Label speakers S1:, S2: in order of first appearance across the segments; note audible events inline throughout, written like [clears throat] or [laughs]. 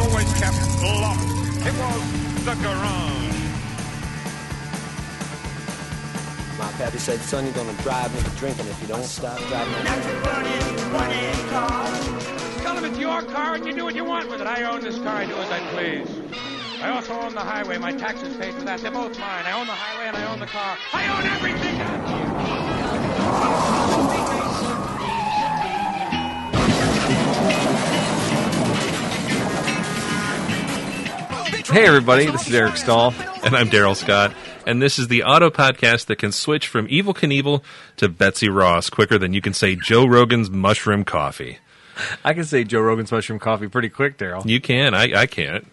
S1: always kept locked. It was the garage.
S2: My pappy said, son, you're gonna drive me to drinking if you don't stop driving.
S1: Tell them it's your car and you do what you want with it. I own this car. I do as I please. I also own the highway. My taxes pay for that. They're both mine. I own the highway and I own the car. I own everything.
S3: Hey, everybody, this is Eric Stahl,
S4: And I'm Daryl Scott, and this is the auto podcast that can switch from Evil Knievel to Betsy Ross quicker than you can say Joe Rogan's mushroom coffee.
S3: I can say Joe Rogan's mushroom coffee pretty quick, Daryl.
S4: You can, I, I can't.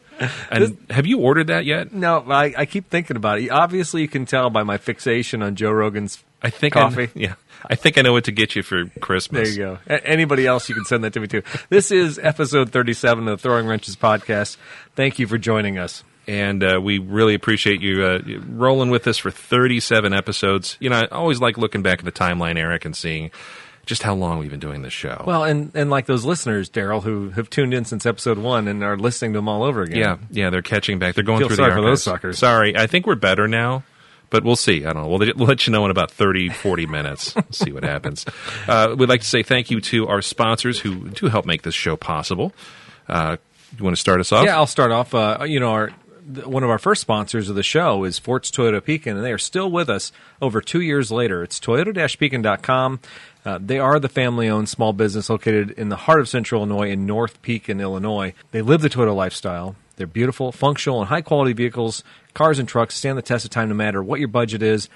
S4: And have you ordered that yet?
S3: No, I, I keep thinking about it. Obviously, you can tell by my fixation on Joe Rogan's.
S4: I think
S3: coffee.
S4: I, [laughs] yeah, I think I know what to get you for
S3: There
S4: Christmas.
S3: you go. A- anybody else, you can send that to me too. This is episode 37 of the Throwing Wrenches podcast. Thank you for joining us.
S4: And uh, we really appreciate you uh, rolling with us for 37 episodes. You know, I always like looking back at the timeline, Eric, and seeing just how long we've been doing this show.
S3: Well, and, and like those listeners, Daryl, who have tuned in since episode one and are listening to them all over again.
S4: Yeah, yeah, they're catching back. They're going
S3: Feel
S4: through
S3: sorry
S4: the
S3: for
S4: archives.
S3: those suckers.
S4: Sorry, I think we're better now, but we'll see. I don't know. We'll, we'll let you know in about 30, 40
S3: [laughs]
S4: minutes. see what happens. Uh, we'd like to say thank you to our sponsors who do help make this show possible. Uh, you want to start us off?
S3: Yeah, I'll start off. Uh, you know, our th- one of our first sponsors of the show is Forts Toyota Pekin, and they are still with us over two years later. It's toyota-pekin.com. Uh, they are the family-owned small business located in the heart of Central Illinois in North Pekin, Illinois. They live the Toyota lifestyle. They're beautiful, functional, and high-quality vehicles, cars and trucks stand the test of time no matter what your budget is.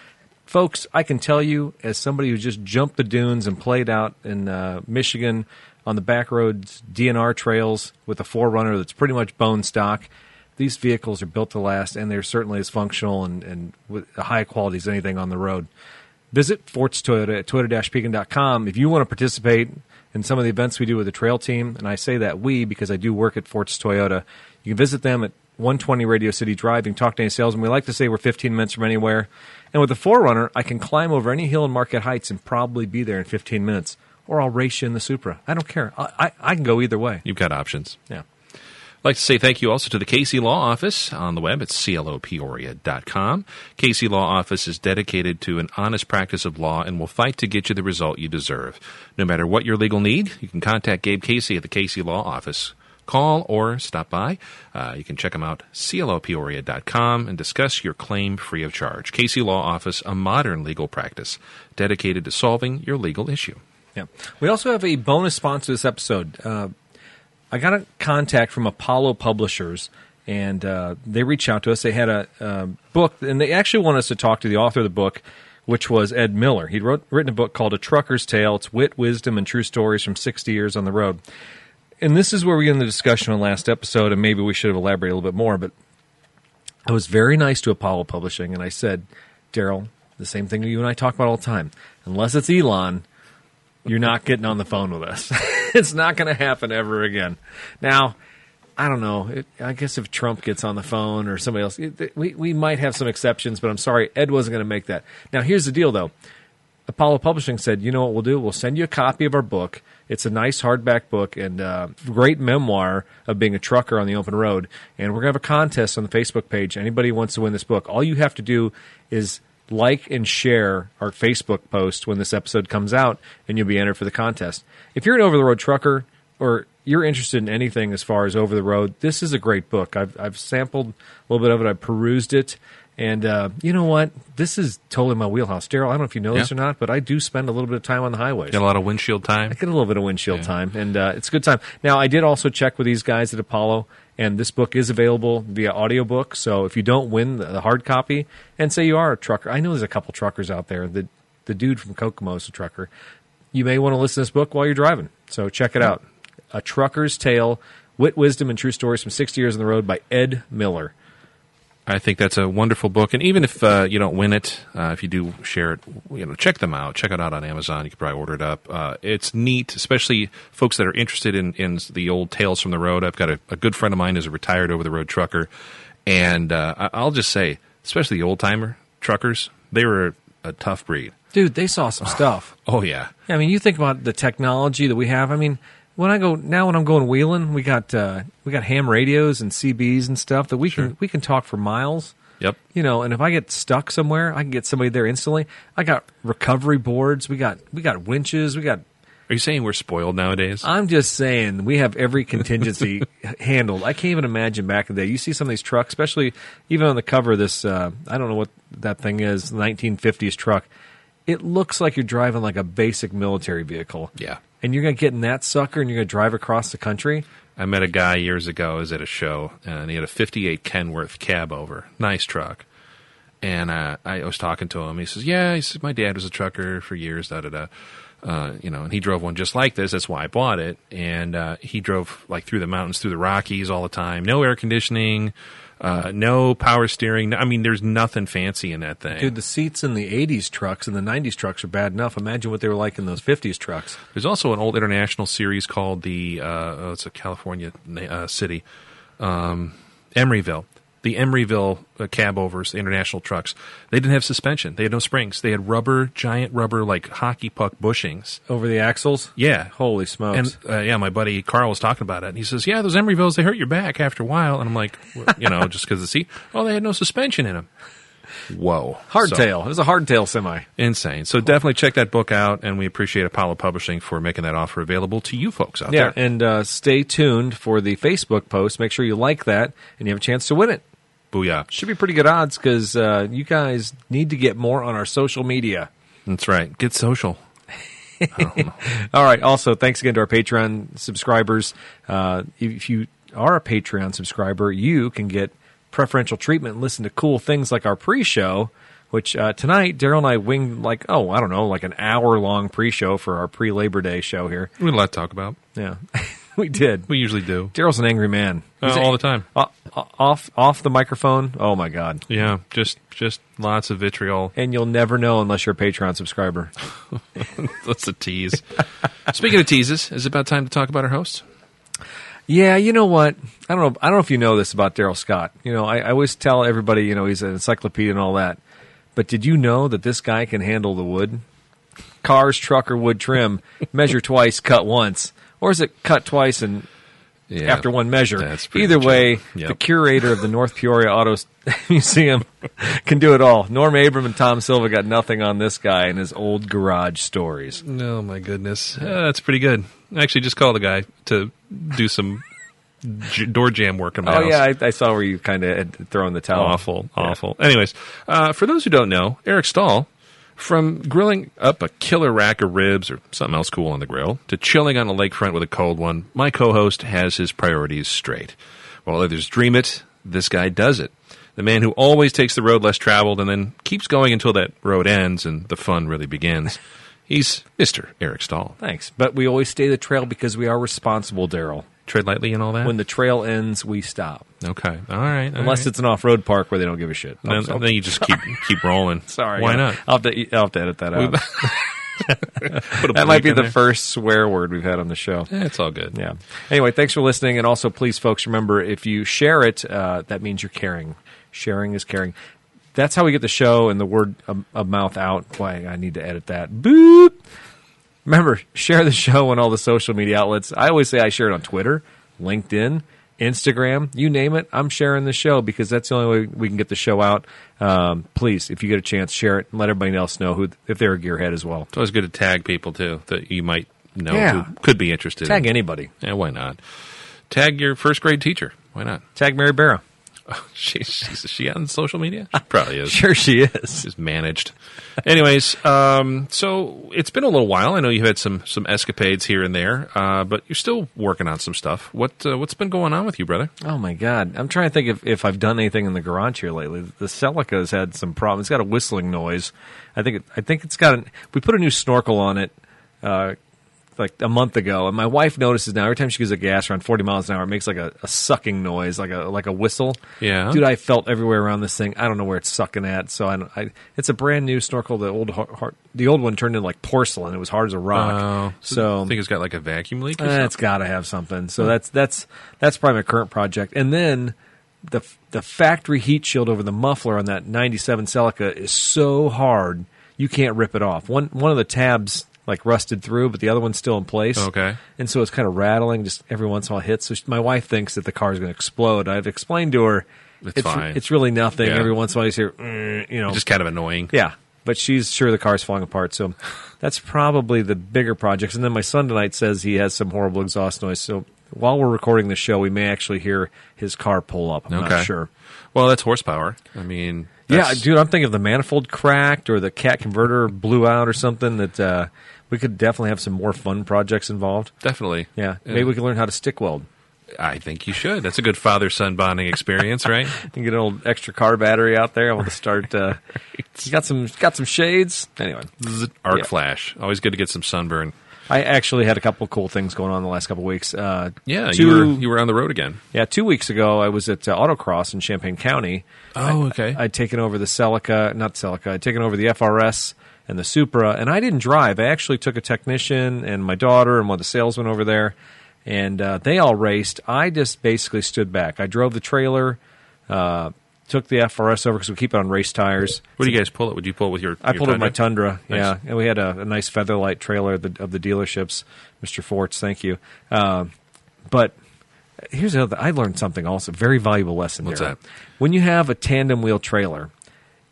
S3: Folks, I can tell you, as somebody who just jumped the dunes and played out in uh, Michigan on the back roads, DNR trails with a Forerunner that's pretty much bone stock, these vehicles are built to last, and they're certainly as functional and, and with a high quality as anything on the road. Visit Forts Toyota at toyota-pekin.com if you want to participate in some of the events we do with the trail team. And I say that we because I do work at Forts Toyota. You can visit them at 120 Radio City Drive. You can talk to any salesman. We like to say we're 15 minutes from anywhere. And with the Forerunner, I can climb over any hill in Market Heights and probably be there in 15 minutes. Or I'll race you in the Supra. I don't care. I, I, I can go either way.
S4: You've got options.
S3: Yeah.
S4: I'd like to say thank you also to the Casey Law Office on the web at clopeoria.com. Casey Law Office is dedicated to an honest practice of law and will fight to get you the result you deserve. No matter what your legal need, you can contact Gabe Casey at the Casey Law Office. Call or stop by. Uh, you can check them out, clopeoria.com, and discuss your claim free of charge. Casey Law Office, a modern legal practice dedicated to solving your legal issue.
S3: Yeah. We also have a bonus sponsor this episode. Uh, I got a contact from Apollo Publishers, and uh, they reached out to us. They had a, a book, and they actually want us to talk to the author of the book, which was Ed Miller. He'd wrote, written a book called A Trucker's Tale. It's wit, wisdom, and true stories from 60 years on the road. And this is where we get in the discussion on last episode, and maybe we should have elaborated a little bit more, but I was very nice to Apollo Publishing, and I said, Daryl, the same thing you and I talk about all the time. Unless it's Elon, you're not getting on the phone with us. [laughs] it's not going to happen ever again. Now, I don't know. It, I guess if Trump gets on the phone or somebody else, it, we, we might have some exceptions, but I'm sorry, Ed wasn't going to make that. Now, here's the deal, though. Apollo Publishing said, "You know what we'll do? We'll send you a copy of our book. It's a nice hardback book and uh, great memoir of being a trucker on the open road. And we're gonna have a contest on the Facebook page. Anybody who wants to win this book, all you have to do is like and share our Facebook post when this episode comes out, and you'll be entered for the contest. If you're an over the road trucker or you're interested in anything as far as over the road, this is a great book. I've, I've sampled a little bit of it. I've perused it. And uh, you know what? This is totally my wheelhouse. Daryl, I don't know if you know this or
S4: Yeah.
S3: not, but I do spend a little bit of time on the highways.
S4: Got a lot of windshield time?
S3: I get a little bit of windshield time, and uh, it's a good time. Now, I did also check with these guys at Apollo, and this book is available via audiobook. So if you don't win the, the hard copy, and say you are a trucker, I know there's a couple truckers out there. The, the dude from Kokomo is a trucker. You may want to listen to this book while you're driving. So check it out A Trucker's Tale Wit, Wisdom, and True Stories from 60 Years on the Road by Ed Miller.
S4: I think that's a wonderful book, and even if uh, you don't win it, uh, if you do share it, you know, check them out. Check it out on Amazon. You can probably order it up. Uh, it's neat, especially folks that are interested in, in the old tales from the road. I've got a, a good friend of mine who's a retired over the road trucker, and uh, I- I'll just say, especially the old timer truckers, they were a tough breed.
S3: Dude, they saw some stuff.
S4: Oh yeah,
S3: Yeah, I mean, you think about the technology that we have. I mean, when I go now when I'm going wheeling, we got uh, we got ham radios and CBs and stuff that we can we can talk for miles.
S4: Yep.
S3: You know, and if I get stuck somewhere, I can get somebody there instantly. I got recovery boards. We got we got winches. We got.
S4: Are you saying we're spoiled nowadays?
S3: I'm just saying we have every contingency handled. I can't even imagine back in the day. You see some of these trucks, especially even on the cover of this. Uh, I don't know what that thing is. 1950s truck. It looks like you're driving like a basic military vehicle.
S4: Yeah.
S3: And you're gonna get in that sucker, and you're gonna drive across the country.
S4: I met a guy years ago. I was at a show, and he had a '58 Kenworth cab over, nice truck. And uh, I was talking to him. He says, "Yeah, he says, my dad was a trucker for years, da da da." Uh, you know, and he drove one just like this. That's why I bought it. And uh, he drove like through the mountains, through the Rockies all the time. No air conditioning, uh, no power steering. I mean, there's nothing fancy in that thing.
S3: Dude, the seats in the 80s trucks and the 90s trucks are bad enough. Imagine what they were like in those 50s trucks.
S4: There's also an old international series called the uh, oh, it's a California na- uh, city, um, Emeryville. The Emeryville uh, cab overs, the international trucks. They didn't have suspension. They had no springs. They had rubber, giant rubber, like hockey puck bushings.
S3: Over the axles?
S4: Yeah.
S3: Holy smokes.
S4: And uh, yeah, my buddy Carl was talking about it, and he says, "Yeah, those Emeryvilles they hurt your back after a while." And I'm like, well, [laughs] you know, just because the seat. Oh, they had no suspension in them. Whoa, So-
S3: hardtail. it was a hardtail semi.
S4: insane. So definitely check that book out, and we appreciate Apollo Publishing for making that offer available to you folks out there.
S3: And uh, stay tuned for the Facebook post. Make sure you like that and you have a chance to win it.
S4: Booyah.
S3: Should be pretty good odds because uh, you guys need to get more on our social media.
S4: That's right. Get social.
S3: All right. Also, thanks again to our Patreon subscribers. Uh, if you are a Patreon subscriber, you can get preferential treatment and listen to cool things like our pre show, which uh, tonight, Daryl and I winged like, oh, I don't know, like an hour long pre show for our pre Labor Day show here.
S4: We had a lot to talk about.
S3: Yeah, [laughs] we did.
S4: We usually do.
S3: Daryl's an angry man.
S4: Uh, all the time.
S3: O- o- off, off the microphone. Oh, my God.
S4: Yeah, just just lots of vitriol. [laughs]
S3: And you'll never know unless you're a Patreon subscriber.
S4: That's a tease. Speaking of teases, is it about time to talk about our host?
S3: Yeah, you know what? I don't know. I don't know if you know this about Daryl Scott. You know, I, I always tell everybody, you know, he's an encyclopedia and all that. But did you know that this guy can handle the wood? Cars, truck, or
S4: [laughs]
S3: wood trim. measure twice, cut once, or is it cut twice and
S4: Yeah.
S3: after one measure?
S4: That's pretty
S3: Either
S4: much
S3: way,
S4: it. Yep.
S3: the curator of the North Peoria Auto S- [laughs] Museum can do it all. Norm Abram and Tom Silva got nothing on this guy and his old garage stories.
S4: Oh my goodness, Uh, that's pretty good. Actually, just call the guy to do some j- door jam work in my
S3: Oh
S4: house.
S3: yeah, I, I saw where you kind of had thrown the towel.
S4: awful, awful. Anyways, uh, for those who don't know, Eric Stahl, from grilling up a killer rack of ribs or something else cool on the grill to chilling on a lakefront with a cold one, my co host has his priorities straight. While others dream it, this guy does it. The man who always takes the road less traveled and then keeps going until that road ends and the fun really
S3: [laughs]
S4: begins. He's Mr. Eric Stahl.
S3: Thanks. But we always stay the trail because we are responsible, Daryl.
S4: Tread lightly and all that?
S3: When the trail ends, we stop.
S4: okay. All right. all
S3: Unless
S4: right.
S3: it's an off road park where they don't give a shit.
S4: Then,
S3: Oh,
S4: then you just keep keep rolling.
S3: [laughs] sorry.
S4: Why
S3: yeah.
S4: not?
S3: I'll have, to, I'll have to edit that [laughs] out.
S4: Put a
S3: that might
S4: bleep
S3: be
S4: in
S3: the
S4: there.
S3: first swear word we've had on the show.
S4: Eh, it's all good.
S3: Yeah. Anyway, thanks for listening. And also, please, folks, remember if you share it, uh, that means you're caring. Sharing is caring. That's how we get the show and the word of, of mouth out. Why I need to edit that. Boop. Remember, share the show on all the social media outlets. I always say I share it on Twitter, LinkedIn, Instagram, you name it. I'm sharing the show because that's the only way we can get the show out. Um, please, if you get a chance, share it and let everybody else know who if they're a gearhead as well.
S4: It's always good to tag people too that you might know
S3: Yeah.
S4: who could be interested.
S3: Tag
S4: in.
S3: anybody.
S4: Yeah, why not? Tag your first grade teacher. Why not? [laughs]
S3: Tag Mary Barra. [laughs]
S4: She, she's is she on social media? She probably is.
S3: [laughs] Sure, she is.
S4: She's managed. Anyways, um, so it's been a little while. I know you've had some some escapades here and there, uh, but you're still working on some stuff. What uh, what's been going on with you, brother?
S3: Oh my god! I'm trying to think if, if I've done anything in the garage here lately. The Celica's had some problems. It's got a whistling noise. I think it, I think it's got. An, we put a new snorkel on it, uh, like a month ago, and my wife notices now. Every time she gives a gas around 40 miles an hour, it makes like a, a sucking noise, like a like a whistle.
S4: Yeah.
S3: dude, I felt everywhere around this thing. I don't know where it's sucking at. So I, don't, I it's a brand new snorkel. The old har har- the old one turned into like porcelain. It was hard as a rock. Uh, so
S4: I think it's got like a vacuum leak. Or
S3: Eh,
S4: something.
S3: it's got to have something. So that's that's that's probably my current project. And then the the factory heat shield over the muffler on that 97 Celica is so hard you can't rip it off. One one of the tabs like rusted through, but the other one's still in place.
S4: Okay.
S3: And so it's kind of rattling, just every once in a while hits. So she, my wife thinks that the car is going to explode. I've explained to her
S4: It's fine.
S3: it's really nothing.
S4: Yeah.
S3: Every once in a while you hear, "Mm," you know,
S4: Just kind of annoying.
S3: yeah, but she's sure the car's falling apart. So that's probably the bigger projects. And then my son tonight says he has some horrible exhaust noise. So while we're recording the show, we may actually hear his car pull up. I'm
S4: Okay.
S3: not sure.
S4: Well, that's horsepower. I mean,
S3: Yeah,
S4: that's-
S3: dude, I'm thinking of the manifold cracked or the cat converter blew out or something. That uh, we could definitely have some more fun projects involved.
S4: definitely.
S3: Yeah, maybe we can learn how to stick weld
S4: I think you should. That's a good father son bonding experience,
S3: [laughs]
S4: right?
S3: and get an old extra car battery out there. I want to start.
S4: [laughs]
S3: Uh, got some got some shades. Anyway,
S4: Zzz, Arc
S3: Yeah.
S4: flash. Always good to get some sunburn.
S3: I actually had a couple cool things going on the last couple weeks. Uh,
S4: Yeah,
S3: two,
S4: you were you were on the road again.
S3: yeah. Two weeks ago, I was at uh, Autocross in Champaign County.
S4: Oh, okay.
S3: I'd taken over the Celica, not Celica. I'd taken over the FRS and the Supra, and I didn't drive. I actually took a technician and my daughter and one of the salesmen over there, and uh, they all raced. I just basically stood back. I drove the trailer, uh, took the FRS over because we keep it on race tires.
S4: what do you guys pull it? Would you pull it with your?
S3: I
S4: your
S3: pulled up my
S4: Tundra?
S3: Tundra.
S4: Nice.
S3: Yeah, and we had a, a nice featherlight trailer of the, of the dealerships, Mister Forts. Thank you. Um, but here's the other. I learned something also, very valuable lesson.
S4: What's
S3: Darryl.
S4: that?
S3: When you have a tandem wheel trailer,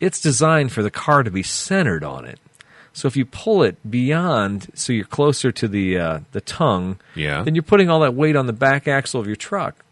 S3: it's designed for the car to be centered on it. So if you pull it beyond, so you're closer to the uh, the tongue,
S4: Yeah.
S3: then you're putting all that weight on the back axle of your truck.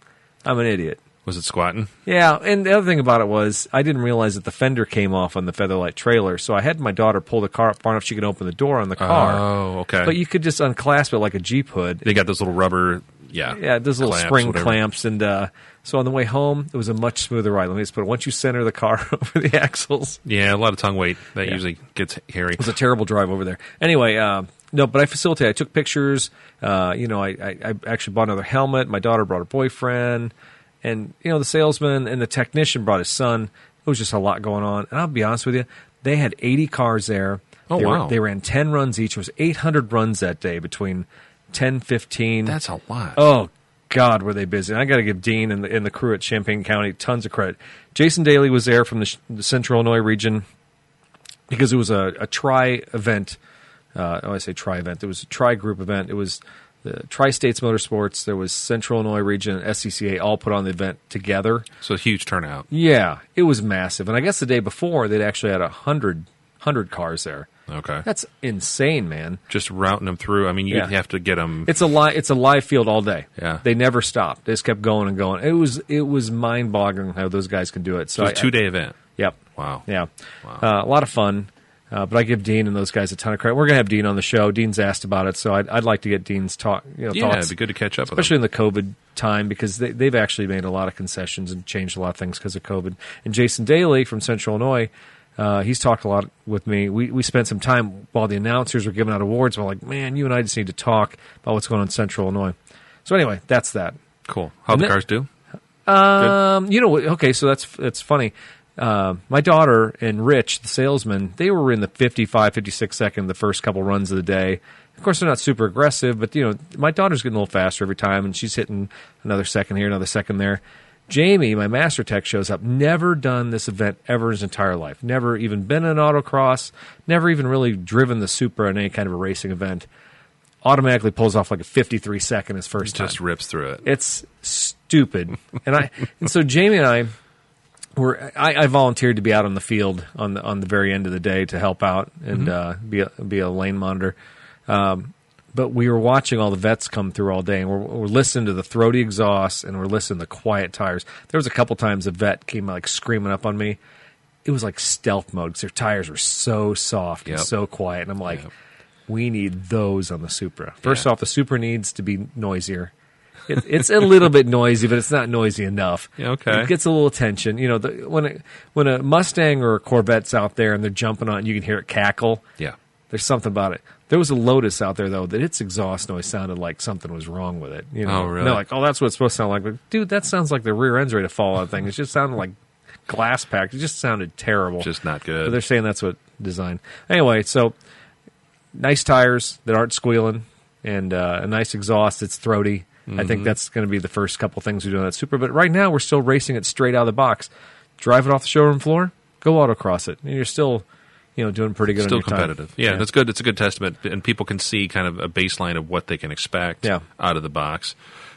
S3: I'm an idiot.
S4: Was it squatting?
S3: Yeah, and the other thing about it was I didn't realize that the fender came off on the Featherlight trailer, so I had my daughter pull the car up far enough she could open the door on the car.
S4: Oh, okay.
S3: But you could just unclasp it like a Jeep hood.
S4: They got those little rubber. Yeah.
S3: Yeah, those little
S4: clamps,
S3: spring
S4: whatever.
S3: clamps, and uh, so on the way home it was a much smoother ride. Let me just put it. Once you center the car [laughs] over the axles,
S4: Yeah, a lot of tongue weight. That usually gets hairy.
S3: It was a terrible drive over there. Anyway, uh, no, but I facilitated. I took pictures. Uh, you know, I, I, I actually bought another helmet. My daughter brought her boyfriend, and you know, the salesman and the technician brought his son. It was just a lot going on. And I'll be honest with you, they had 80 cars there.
S4: Oh,
S3: they were-
S4: wow.
S3: they ran 10 runs each. It was 800 runs that day between 10, 15.
S4: That's a lot.
S3: Oh God, were they busy! And I got to give Dean and the, and the crew at Champaign County tons of credit. Jason Daly was there from the, sh- the Central Illinois region because it was a, a tri event. Uh, oh, I say tri event. It was a tri group event. It was the Tri States Motorsports. There was Central Illinois region, SCCA, all put on the event together.
S4: So a huge turnout.
S3: Yeah, it was massive. And I guess the day before they'd actually had a hundred hundred cars there.
S4: Okay.
S3: That's insane, man.
S4: Just routing them through. I mean, you
S3: Yeah.
S4: have to get them.
S3: It's a live. It's a live field all day.
S4: Yeah.
S3: they never stopped. They just kept going and going. It was it was mind boggling how those guys can do it. So
S4: It was
S3: I-
S4: a two day event.
S3: Yep.
S4: Wow.
S3: Yeah.
S4: Wow.
S3: Uh, a lot of fun. Uh, but I give Dean and those guys a ton of credit. We're gonna have Dean on the show. Dean's asked about it, so I'd, I'd like to get Dean's talk. You know,
S4: Yeah,
S3: thoughts,
S4: it'd be good to catch up with
S3: especially in the COVID time, because they, they've actually made a lot of concessions and changed a lot of things because of COVID. And Jason Daly from Central Illinois, uh, he's talked a lot with me. We we spent some time while the announcers were giving out awards. We're like, man, you and I just need to talk about what's going on in Central Illinois. So anyway, that's that.
S4: Cool. How
S3: And
S4: the
S3: then-
S4: cars do?
S3: Um, you know, what- okay, so that's that's funny. Uh, my daughter and Rich, the salesman, they were in the 55, 56 second the first couple runs of the day. Of course, they're not super aggressive, but you know, my daughter's getting a little faster every time, and she's hitting another second here, another second there. Jamie, my master tech, shows up. Never done this event ever in his entire life. Never even been in autocross. Never even really driven the Supra in any kind of a racing event. Automatically pulls off like a 53 second his first time.
S4: Just rips through it.
S3: It's stupid. And I and so Jamie and I were I, I volunteered to be out on the field on the on the very end of the day to help out and uh, be a, be a lane monitor. Um, but we were watching all the vets come through all day, and we're, we're listening to the throaty exhaust, and we're listening to the quiet tires. There was a couple times a vet came like screaming up on me. It was like stealth mode 'cause their tires were so soft
S4: Yep.
S3: and so quiet, and I'm like, we need those on the Supra. First off, the Supra needs to be noisier. It, it's a little bit noisy, but it's not noisy enough.
S4: Yeah, okay.
S3: It gets a little attention. You know, the, when a, when a Mustang or a Corvette's out there and they're jumping on, it, you can hear it cackle.
S4: Yeah.
S3: There's something about it. There was a Lotus out there though that its exhaust noise sounded like something was wrong with it. You know,
S4: Oh, really?
S3: And they're like, oh, that's what it's supposed to sound like. But, dude, that sounds like the rear end's ready to fall out. of the Thing. It just sounded like glass packed. It just sounded terrible.
S4: Just not
S3: But they're
S4: good.
S3: saying that's what design. Anyway, so nice tires that aren't squealing and uh, a nice exhaust that's throaty. I
S4: Mm-hmm.
S3: think that's going to be the first couple things we do on that Super. But right now, we're still racing it straight out of the box. Drive it off the showroom floor, go autocross it. And you're still you know, doing pretty good.
S4: Still
S3: on your time.
S4: competitive. Yeah, that's good. It's a good testament, and people can see kind of a baseline of what they can expect
S3: Yeah.
S4: out of the box.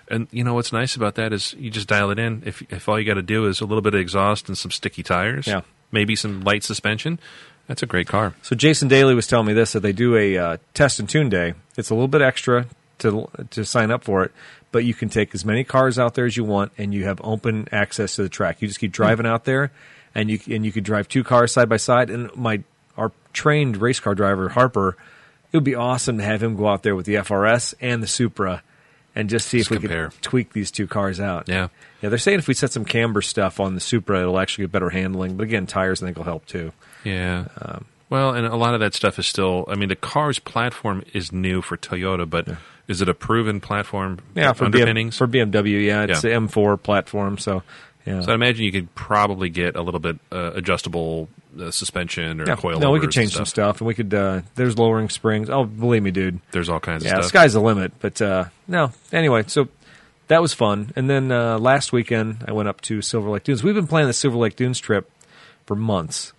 S4: And you know what's nice about that is you just dial it in. If if all you got to do is a little bit of exhaust and some sticky tires,
S3: Yeah.
S4: maybe some light suspension, that's a great car.
S3: So Jason Daly was telling me this that they do a uh, test and tune day. It's a little bit extra to to sign up for it, but you can take as many cars out there as you want, and you have open access to the track. You just
S4: Hmm.
S3: keep driving out there, and you and you could drive two cars side by side. And my our trained race car driver Harper, it would be awesome to have him go out there with the FRS and the Supra, and just see
S4: Just
S3: if we
S4: compare.
S3: could tweak these two cars out.
S4: Yeah.
S3: yeah. They're saying if we set some camber stuff on the Supra, it'll actually get better handling. But again, tires I think will help too.
S4: Yeah.
S3: Um,
S4: well, and a lot of that stuff is still. I mean, the car's platform is new for Toyota, but is it a proven platform?
S3: yeah, for, BM,
S4: underpinnings
S3: for BMW. Yeah, it's
S4: Yeah.
S3: the M4 platform. So yeah,
S4: So I imagine you could probably get a little bit uh, adjustable uh, suspension or
S3: yeah.
S4: coil.
S3: no, we could change some stuff, and we could. Uh, there's lowering springs. Oh, believe me, dude.
S4: There's all kinds
S3: yeah,
S4: of
S3: the
S4: stuff.
S3: sky's the limit. But uh, no, anyway, so that was fun. And then uh, last weekend, I went up to Silver Lake Dunes. We've been planning the Silver Lake Dunes trip for months.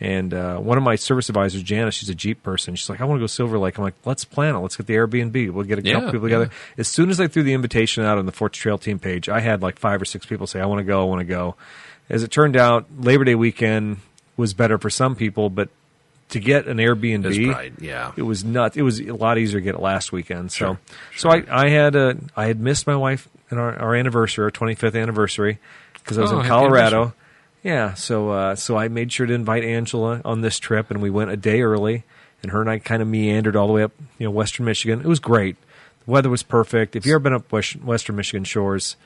S3: And uh, one of my service advisors, Janice, she's a Jeep person. She's like, I want to go Silver Lake. I'm like, let's plan it. Let's get the Airbnb. We'll get a couple
S4: Yeah,
S3: people together. As soon as I threw the invitation out on the Forts Trail team page, I had like five or six people say, I want to go. I want to go. As it turned out, Labor Day weekend was better for some people, but to get an Airbnb,
S4: It's bright, yeah.
S3: it was nuts. It was a lot easier to get it last weekend. So, so I, I had a, I had missed my wife and our, our anniversary, our 25th anniversary, because I was
S4: Oh,
S3: in
S4: happy
S3: Colorado.
S4: anniversary.
S3: Yeah, so uh, so I made sure to invite Angela on this trip, and we went a day early. And her and I kind of meandered all the way up, you know, Western Michigan. It was great. The weather was perfect. If you've ever been up West, Western Michigan shores,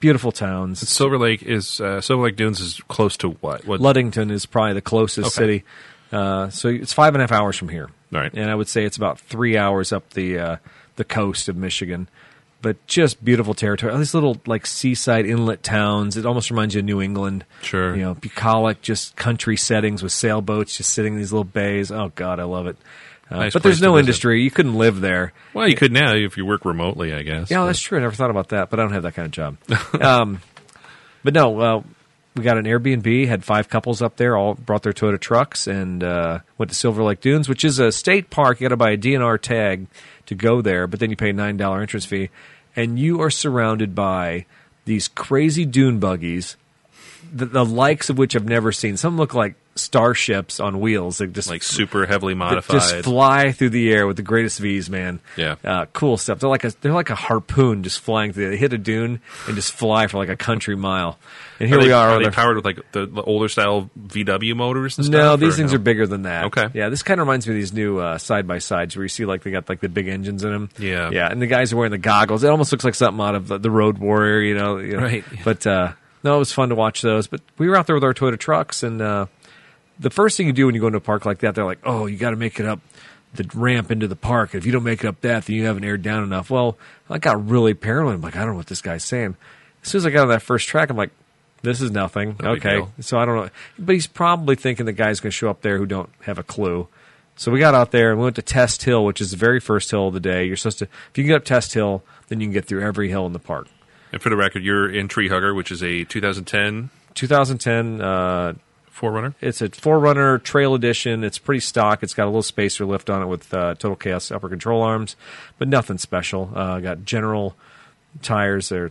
S3: beautiful towns.
S4: Silver Lake is uh, Silver Lake Dunes is close to what? What?
S3: Ludington is probably the closest
S4: Okay.
S3: city. Uh, so it's five and a half hours from here.
S4: Right.
S3: And I would say it's about three hours up the uh, the coast of Michigan. But just beautiful territory. All these little like seaside inlet towns. It almost reminds you of New England.
S4: Sure.
S3: You know, bucolic, just country settings with sailboats just sitting in these little bays. Oh God, I love it. Uh,
S4: Nice
S3: but there's
S4: place to
S3: no
S4: visit.
S3: industry. You couldn't live there.
S4: well, you could now if you work remotely, I guess.
S3: Yeah,
S4: But-
S3: that's true. I never thought about that, but I don't have that kind of job. [laughs] um, but no, uh, we got an Airbnb, had five couples up there, all brought their Toyota trucks, and uh, went to Silver Lake Dunes, which is a state park. You got to buy a DNR tag to go there, but then you pay a nine dollar entrance fee, and you are surrounded by these crazy dune buggies. The, the likes of which I've never seen. Some look like starships on wheels. They just
S4: like super heavily
S3: that
S4: modified.
S3: just fly through the air with the greatest V's, man.
S4: Yeah.
S3: uh, cool stuff. They're like a they're like a harpoon just flying through. They hit a dune and just fly for like a country mile. And here
S4: they,
S3: we are. on
S4: they
S3: their-
S4: powered with like the, the older style VW motors and stuff?
S3: no, these
S4: or
S3: things
S4: no?
S3: are bigger than that.
S4: Okay.
S3: yeah, this kind of reminds me of these new side by sides where you see like they got like the big engines in them.
S4: Yeah.
S3: yeah, and the guys are wearing the goggles. It almost looks like something out of the, the Road Warrior, you know. you know.
S4: Right.
S3: But uh, no, it was fun to watch those. But we were out there with our Toyota trucks and. Uh, the first thing you do when you go into a park like that, they're like, oh, you got to make it up the ramp into the park. If you don't make it up that, then you haven't aired down enough. Well, I got really paranoid. I'm like, I don't know what this guy's saying. As soon as I got on that first track, I'm like, this is nothing.
S4: No big
S3: okay.
S4: deal.
S3: So I don't know. But he's probably thinking the guy's going to show up there who don't have a clue. So we got out there and we went to Test Hill, which is the very first hill of the day. You're supposed to, if you can get up Test Hill, then you can get through every hill in the park.
S4: And for the record, you're in Tree Hugger, which is a 2010
S3: 2010, uh,
S4: Forerunner.
S3: it's a Forerunner Trail Edition. It's pretty stock. It's got a little spacer lift on it with uh, Total Chaos upper control arms, but nothing special. Uh, got general tires. They're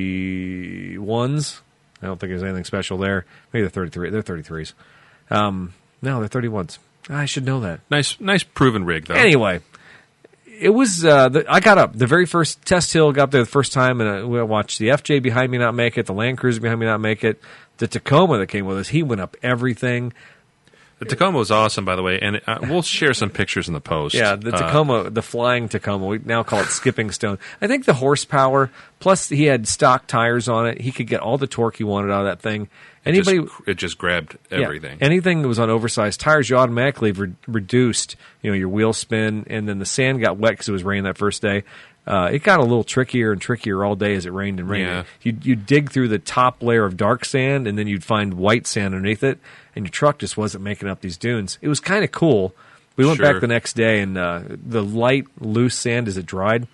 S3: thirty ones. I don't think there's anything special there. Maybe they're thirty three. They're thirty threes. Um, no, they're thirty ones. I should know that.
S4: Nice, nice proven rig though.
S3: Anyway, it was. Uh, the, I got up the very first test hill. Got up there the first time, and I, we watched the FJ behind me not make it. The Land Cruiser behind me not make it. The Tacoma that came with us, he went up everything.
S4: The Tacoma was awesome, by the way, and uh, we'll share some pictures in the post.
S3: Yeah, the
S4: Uh,
S3: Tacoma, the flying Tacoma. We now call it Skipping Stone. I think the horsepower, plus he had stock tires on it. He could get all the torque he wanted out of that thing.
S4: just-
S3: Anybody,
S4: it just grabbed
S3: yeah,
S4: everything.
S3: anything that was on oversized tires, you automatically re- reduced, you know, your wheel spin. And then the sand got wet because it was raining that first day. Uh, it got a little trickier and trickier all day as it rained and rained.
S4: Yeah.
S3: You you dig through the top layer of dark sand, and then you'd find white sand underneath it, and your truck just wasn't making up these dunes. It was kind of cool. We went
S4: Sure.
S3: back the next day, and uh, the light loose sand as it dried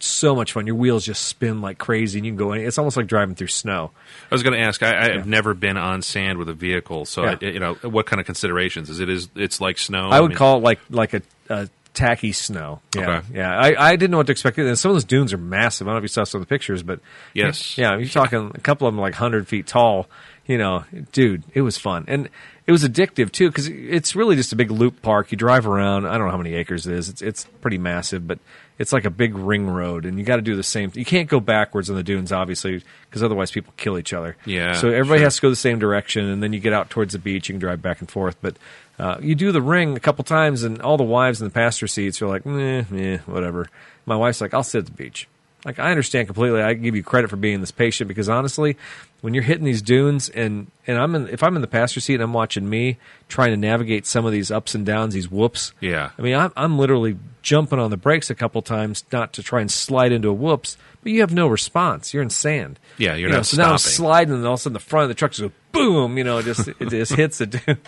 S3: so much fun. Your wheels just spin like crazy, and you can go. Any, it's almost like driving through snow.
S4: I was going to ask. I, I have never been on sand with a vehicle, so
S3: Yeah.
S4: I, you know what kind of considerations is it? Is it's like snow?
S3: I would
S4: mean-
S3: call it like like a, a tacky snow. Yeah,
S4: Okay.
S3: yeah. I, I didn't know what to expect. And some of those dunes are massive. I don't know if you saw some of the pictures, but
S4: Yes.
S3: yeah, you're talking a couple of them like hundred feet tall. You know, dude, it was fun and it was addictive too because it's really just a big loop park. You drive around. I don't know how many acres it is. It's it's pretty massive, but it's like a big ring road, and you got to do the same. You can't go backwards in the dunes, obviously, because otherwise people kill each other.
S4: Yeah,
S3: So everybody
S4: sure.
S3: has to go the same direction, and then you get out towards the beach. You can drive back and forth, but uh, you do the ring a couple times, and all the wives in the passenger seats are like, "Meh, meh, whatever." My wife's like, "I'll sit at the beach." Like I understand completely. I give you credit for being this patient because honestly, when you're hitting these dunes, and and I'm in, if I'm in the passenger seat and I'm watching me trying to navigate some of these ups and downs, these whoops.
S4: Yeah.
S3: I mean, I'm, I'm literally jumping on the brakes a couple times not to try and slide into a whoops, but you have no response. You're in sand.
S4: Yeah, you're
S3: You know,
S4: not
S3: so now I'm
S4: stopping.
S3: sliding, and all of a sudden the front of the truck just goes boom. You know, it just it just hits the [laughs] dude.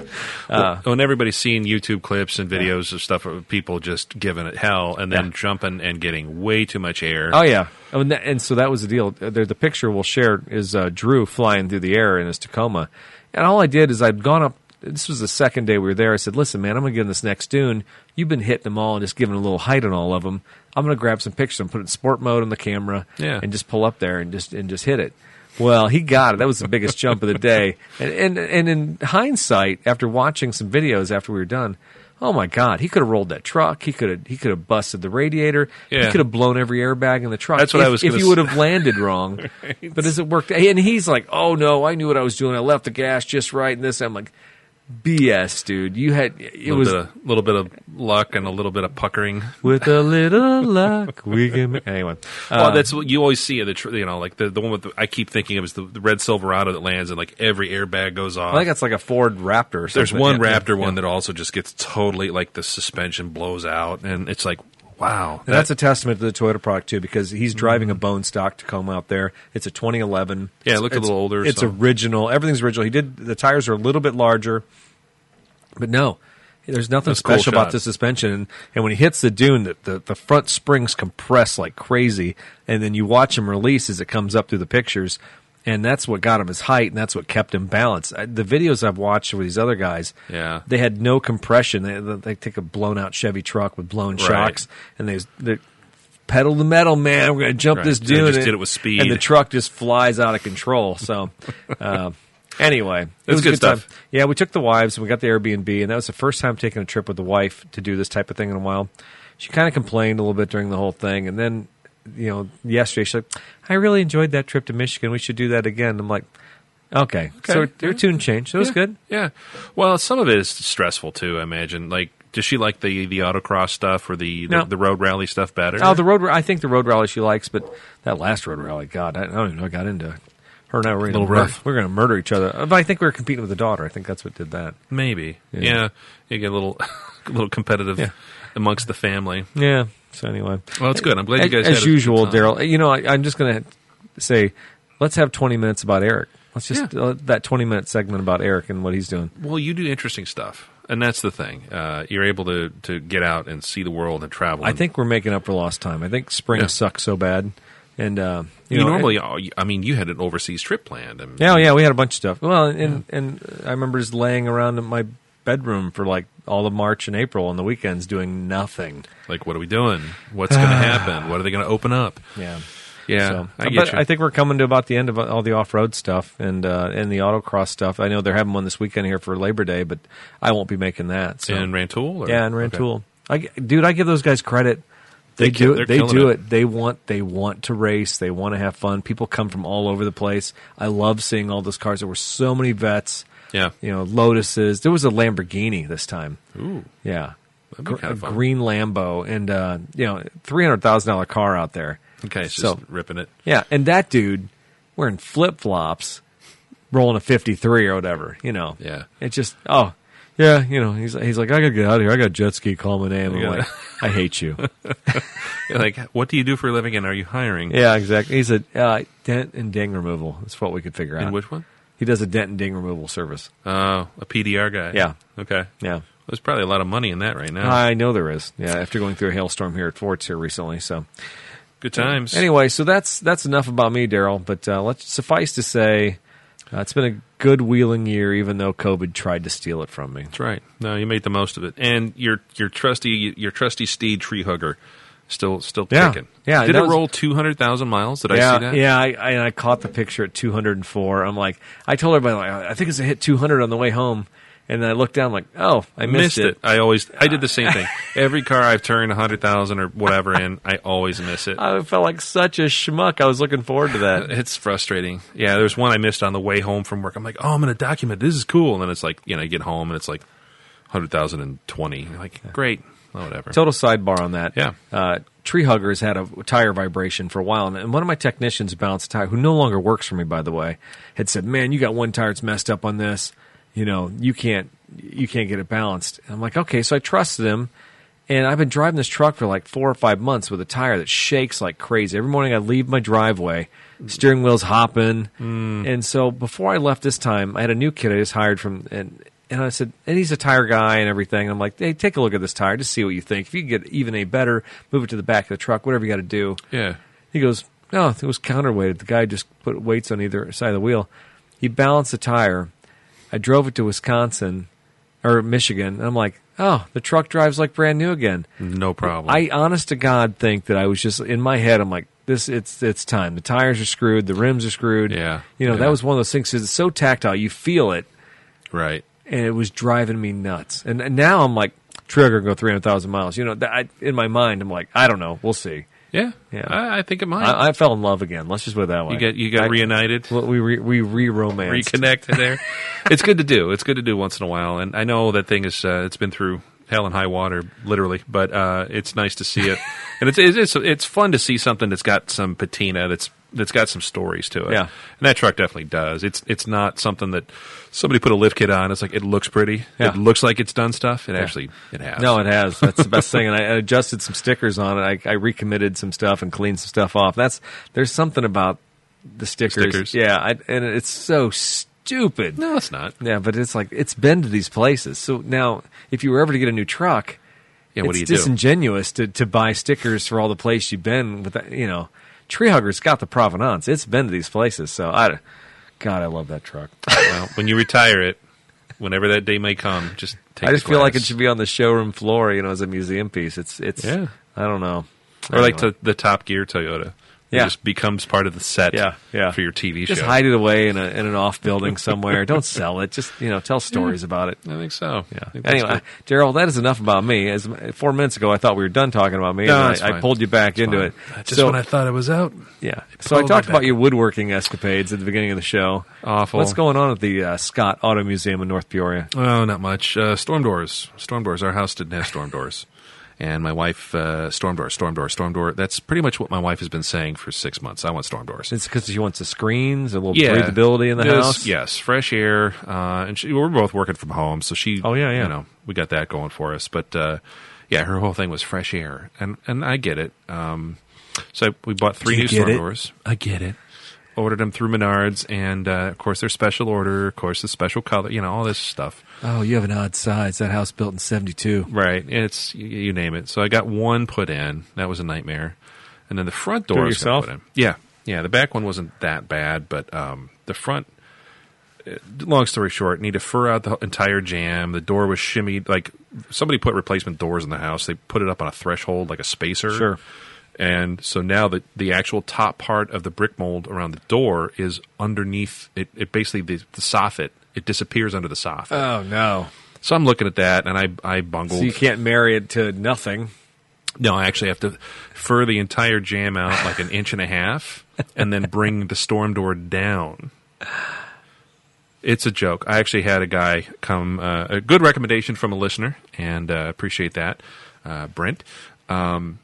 S3: Uh,
S4: when everybody's seeing YouTube clips and videos of stuff of people just giving it hell and then
S3: Yeah.
S4: jumping and getting way too much air.
S3: oh yeah, Oh, and, that, and so that was the deal. Uh, There, the picture we'll share is uh, Drew flying through the air in his Tacoma, and all I did is I'd gone up. This was the second day we were there. I said, "Listen, man, I'm gonna get in this next dune. You've been hitting them all and just giving a little height on all of them. I'm gonna grab some pictures and put it in sport mode on the camera,
S4: Yeah.
S3: and just pull up there and just and just hit it." Well, he got it. That was the biggest jump of the day. And, and and in hindsight, after watching some videos after we were done, oh my god, he could have rolled that truck. He could have he could have busted the radiator.
S4: Yeah.
S3: He could have blown every airbag in the truck.
S4: That's what
S3: if,
S4: I was
S3: If
S4: gonna
S3: you
S4: s-
S3: would have landed wrong,
S4: [laughs]
S3: but as it worked, and he's like, "Oh no, I knew what I was doing. I left the gas just right." And this, I'm like, "BS, dude. You had it
S4: a little,
S3: was Uh,
S4: bit of, little bit of luck and a little bit of puckering.
S3: with a little luck we can." ma-" [laughs] Anyway,
S4: well,
S3: uh,
S4: that's what you always see. in The tr- you know, like the, the one with the, I keep thinking of is the, the red Silverado that lands and like every airbag goes off.
S3: I think that's like a Ford Raptor. Or
S4: There's
S3: something.
S4: one
S3: Yeah, yeah,
S4: Raptor one
S3: yeah.
S4: that also just gets totally like the suspension blows out and it's like wow.
S3: And that's a testament to the Toyota product too, because
S4: Mm-hmm.
S3: he's driving a bone stock Tacoma out there. It's a 2011.
S4: Yeah, it looked a
S3: It's-
S4: little older,
S3: It's
S4: so.
S3: original. Everything's original. He did the tires are a little bit larger, but no, there's nothing
S4: That's a cool
S3: special
S4: shot.
S3: about this suspension. And, and when he hits the dune, the, the the front springs compress like crazy, and then you watch him release as it comes up through the pictures. And that's what got him his height, and that's what kept him balanced. I, the videos I've watched with these other guys,
S4: Yeah.
S3: they had no compression. They, they take a blown out Chevy truck with blown
S4: Right.
S3: shocks, and they, they pedal the metal, man. We're gonna jump
S4: Right.
S3: this
S4: They
S3: dune.
S4: just
S3: and-
S4: did it with speed.
S3: and the truck just flies out of control.
S4: [laughs]
S3: So, uh, anyway, it
S4: That's
S3: was a
S4: good
S3: good time.
S4: stuff.
S3: Yeah, we took the wives and we got the Airbnb, and that was the first time taking a trip with the wife to do this type of thing in a while. She kind of complained a little bit during the whole thing, and then you know yesterday she's like, "I really enjoyed that trip to Michigan. We should do that again." I'm like. Okay. so
S4: Okay.
S3: her tune changed. It was
S4: Yeah,
S3: good.
S4: Yeah. Well, some of it is stressful too. I imagine. Like, does she like the the autocross stuff or the the,
S3: No.
S4: the road rally stuff better?
S3: Oh, the road. I think the road rally she likes, but that last road rally, God, I don't even know. what I got into her and I were
S4: Little
S3: going
S4: rough.
S3: We're going to murder each other. Uh, But I think we were competing with the daughter. I think that's what did that.
S4: Maybe. Yeah.
S3: Yeah.
S4: You get a little [laughs] a little competitive
S3: Yeah.
S4: amongst the family.
S3: Yeah. So anyway,
S4: Well, it's good. I'm glad you guys
S3: as,
S4: had a
S3: as
S4: good
S3: usual,
S4: time.
S3: Daryl. You know, I, I'm just going to say, let's have 20 minutes about Eric. Let's just
S4: Yeah.
S3: uh, that 20 minute segment about Eric and what he's doing.
S4: Well, you do interesting stuff. And that's the thing. Uh, you're able to, to get out and see the world and travel.
S3: I
S4: and-
S3: think we're making up for lost time. I think spring
S4: Mm. Yeah.
S3: sucks so bad, and uh,
S4: you,
S3: you, know,
S4: normally, oh, you- I mean, you had an overseas trip planned. I mean,
S3: Yeah, oh, yeah, we had a bunch of stuff. Well, and and I remember just laying around in my bedroom for like all of March and April on the weekends doing nothing.
S4: Like, what are we doing? What's
S3: [sighs]
S4: going to happen? What are they going to open up?
S3: Yeah.
S4: Yeah,
S3: So,
S4: I get
S3: but
S4: you.
S3: I think we're coming to about the end of uh, all the off-road stuff and uh, and the autocross stuff. I know they're having one this weekend here for Labor Day, but I won't be making that. So.
S4: in Rantoul? Or?
S3: yeah, and
S4: Okay.
S3: Rantoul. I g dude, I give those guys credit.
S4: They
S3: They,
S4: ki-
S3: do
S4: they're
S3: it. They
S4: killing
S3: do
S4: it.
S3: it. They want. They want to race. They want to have fun. People come from all over the place. I love seeing all those cars. There were so many vets.
S4: Yeah.
S3: you know, Lotuses. There was a Lamborghini this time.
S4: Ooh.
S3: Yeah,
S4: That'd be
S3: Gr-
S4: kinda
S3: a
S4: fun.
S3: green Lambo, and uh, you know, three hundred thousand dollar car out there.
S4: Okay, it's
S3: so
S4: just ripping it.
S3: yeah, and that dude wearing flip flops, rolling a fifty three or whatever. You know,
S4: Yeah.
S3: It just oh yeah, you know, he's he's like, I gotta get out of here. I got jet ski. Call my name. I'm
S4: Yeah.
S3: like, I hate
S4: [laughs]
S3: you.
S4: like, what do you do for a living and are you hiring?
S3: yeah, exactly. He's a uh, dent and ding removal. That's what we could figure out.
S4: And which one?
S3: He does a dent and ding removal service.
S4: Uh, a PDR guy.
S3: Yeah. Uh,
S4: Okay.
S3: Yeah.
S4: There's probably a lot of money in that right now.
S3: I know there is. Yeah, after going through a hailstorm here at Forts here recently, so
S4: Good times.
S3: Anyway, so that's that's enough about me, Daryl. But uh, let's suffice to say, uh, it's been a good wheeling year, even though COVID tried to steal it from me.
S4: That's right. No, you made the most of it, and your your trusty your trusty steed tree hugger, still still
S3: Yeah.
S4: kicking.
S3: Yeah,
S4: Did
S3: that
S4: it
S3: was-
S4: roll two hundred thousand miles? Did
S3: yeah,
S4: I see that?
S3: yeah. I, I, and I caught the picture at 204. I'm like, I told everybody, like, I think it's a hit 200 on the way home, and then I looked down, like, oh, I missed, it.
S4: I always I did the
S3: [laughs]
S4: same thing. Every car I've turned hundred thousand or whatever in, I always miss it.
S3: I felt like such a schmuck. I was looking forward
S4: [laughs]
S3: to that.
S4: Uh, It's frustrating. Yeah, there's one I missed on the way home from work. I'm like, oh, I'm gonna document. This is cool. And then it's like, you know, you get home and it's like hundred thousand and twenty. Like, great. Oh, whatever.
S3: Total sidebar on that.
S4: Yeah.
S3: Uh, Tree Huggers had a tire vibration for a while, and- and one of my technicians bounced a tire, who no longer works for me, by the way, had said, "Man, you got one tire that's messed up on this. You know, you can't, you can't get it balanced." And I'm like, okay, so I trusted him, and I've been driving this truck for like four or five months with a tire that shakes like crazy. Every morning I leave my driveway, steering wheel's hopping,
S4: Mm.
S3: and so before I left this time, I had a new kid I just hired from, and and I said, and he's a tire guy and everything. And I'm like, hey, take a look at this tire, just see what you think. If you can get even a better, move it to the back of the truck, whatever you got to do.
S4: Yeah.
S3: He goes, no, it was counterweighted. The guy just put weights on either side of the wheel. He balanced the tire. I drove it to Wisconsin or Michigan, and I'm like, oh, the truck drives like brand new again.
S4: No Mm-hmm. problem.
S3: I honest to God think that I was just in my head. I'm like, this it's it's time. The tires are screwed. The rims are screwed.
S4: Yeah,
S3: you know
S4: yeah.
S3: that was one of those things 'cause it's so tactile. You feel it
S4: right.
S3: and it was driving me nuts. And, and now I'm like, trigger go 300,000 miles. You know, that I, in my mind, I'm like, I don't know. We'll see.
S4: Yeah.
S3: Yeah.
S4: I, I think it might.
S3: I, I fell in love again. Let's just put it that way.
S4: you got you got
S3: I-
S4: reunited.
S3: Well, we re, we re-romanced.
S4: reconnect there. [laughs] it's good to do. It's good to do once in a while. And I know that thing is uh, it's been through hell and high water, literally. But uh, it's nice to
S3: [laughs]
S4: see it, and it's it's it's fun to see something that's got some patina that's that's got some stories to it.
S3: Yeah.
S4: and that truck definitely does. It's it's not something that somebody put a lift kit on. It's like it looks pretty.
S3: Yeah.
S4: It looks like it's done stuff. It actually it has.
S3: No, it has. That's the best [laughs] thing. And I adjusted some stickers on it. I, I recommitted some stuff and cleaned some stuff off. That's there's something about the stickers.
S4: Stickers.
S3: Yeah, I, and it's so stupid.
S4: no, it's not.
S3: Yeah, but it's like it's been to these places. So now, if you were ever to get a new truck,
S4: Yeah, what
S3: it's
S4: do you do?
S3: disingenuous to, to buy stickers for all the place you've been with that, you know tree hugger's got the provenance it's been to these places so i god i love
S4: [laughs]
S3: that truck
S4: well, when you retire it, whenever that day may come, just take.
S3: i
S4: the
S3: just feel like it
S4: class.
S3: should be on the showroom floor you know as a museum piece it's it's
S4: Yeah.
S3: i don't know
S4: or like
S3: Anyway.
S4: to the Top Gear Toyota. It
S3: Yeah.
S4: just becomes part of the set.
S3: Yeah, yeah.
S4: for your TV
S3: just
S4: show.
S3: hide it away in, a, in an off building somewhere don't sell it just you know tell stories about it
S4: I think so. I think that's
S3: Anyway,
S4: good.
S3: Gerald, that is enough about me. As four minutes ago, I thought we were done talking about me,
S4: No,
S3: and
S4: that's
S3: I, I
S4: fine.
S3: pulled you back into
S4: Fine.
S3: it.
S4: Uh, Just
S3: So-
S4: when I thought it was out.
S3: Yeah. So I
S4: pulled
S3: talked
S4: me
S3: about
S4: back.
S3: your woodworking escapades at the beginning of the show.
S4: Awful.
S3: What's going on at the uh, Scott Auto Museum in North Peoria?
S4: Oh, not much. Uh, storm doors. Storm doors. Our house didn't have storm doors. And my wife, uh, storm door, storm door, storm door. That's pretty much what my wife has been saying for six months. I want storm doors.
S3: It's because she wants the screens, a little breathability in the
S4: Yes,
S3: house.
S4: Yes, fresh air, uh, and she, we're both working from home, so she.
S3: Oh, yeah, yeah.
S4: You know, we got that going for us, but uh, yeah, her whole thing was fresh air, and and I get it. Um, so we bought three
S3: You
S4: new
S3: get
S4: storm
S3: it?
S4: doors. I get it. Ordered them through Menards, and uh, of course they're special order. Of course, the special color. You know, all this stuff.
S3: Oh, you have an odd size. That house built in 72.
S4: Right. It's you, you name it. So I got one put in. That was a nightmare. And then the front door
S3: Do it
S4: was gonna
S3: yourself?
S4: put in. Yeah. Yeah, the back one wasn't that bad, but um, the front uh, long story short, need to fur out the entire jam. The door was shimmied like somebody put replacement doors in the house. They put it up on a threshold like a spacer.
S3: Sure.
S4: And so now the the actual top part of the brick mold around the door is underneath it, it basically the, the soffit. It disappears under the soffit.
S3: Oh, no.
S4: so I'm looking at that and I I bungled
S3: So you can't marry it to nothing.
S4: no, I actually have to fur the entire jam out like an inch and a half and then bring the storm door down. It's a joke. I actually had a guy come, uh, a good recommendation from a listener, and uh, appreciate that, uh, Brent. Um,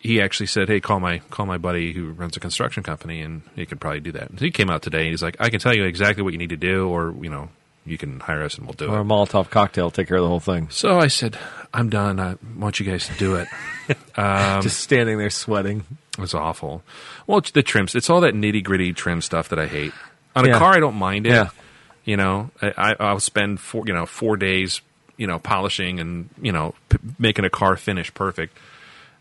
S4: he actually said, "Hey, call my call my buddy who runs a construction company, and he could probably do that." And he came out today, and he's like, "I can tell you exactly what you need to do, or you know, you can hire us, and we'll do it."
S3: Or a Molotov cocktail, take care of the whole thing.
S4: So I said, "I'm done. I want you guys to do it." Um,
S3: Just standing there sweating.
S4: It's awful. Well, it's the trims. It's all that nitty gritty trim stuff that I hate. On a
S3: Yeah.
S4: car, I don't mind it.
S3: Yeah.
S4: You know, I, I, I'll spend four, you know, four days, you know, polishing and you know, p- making a car finish perfect.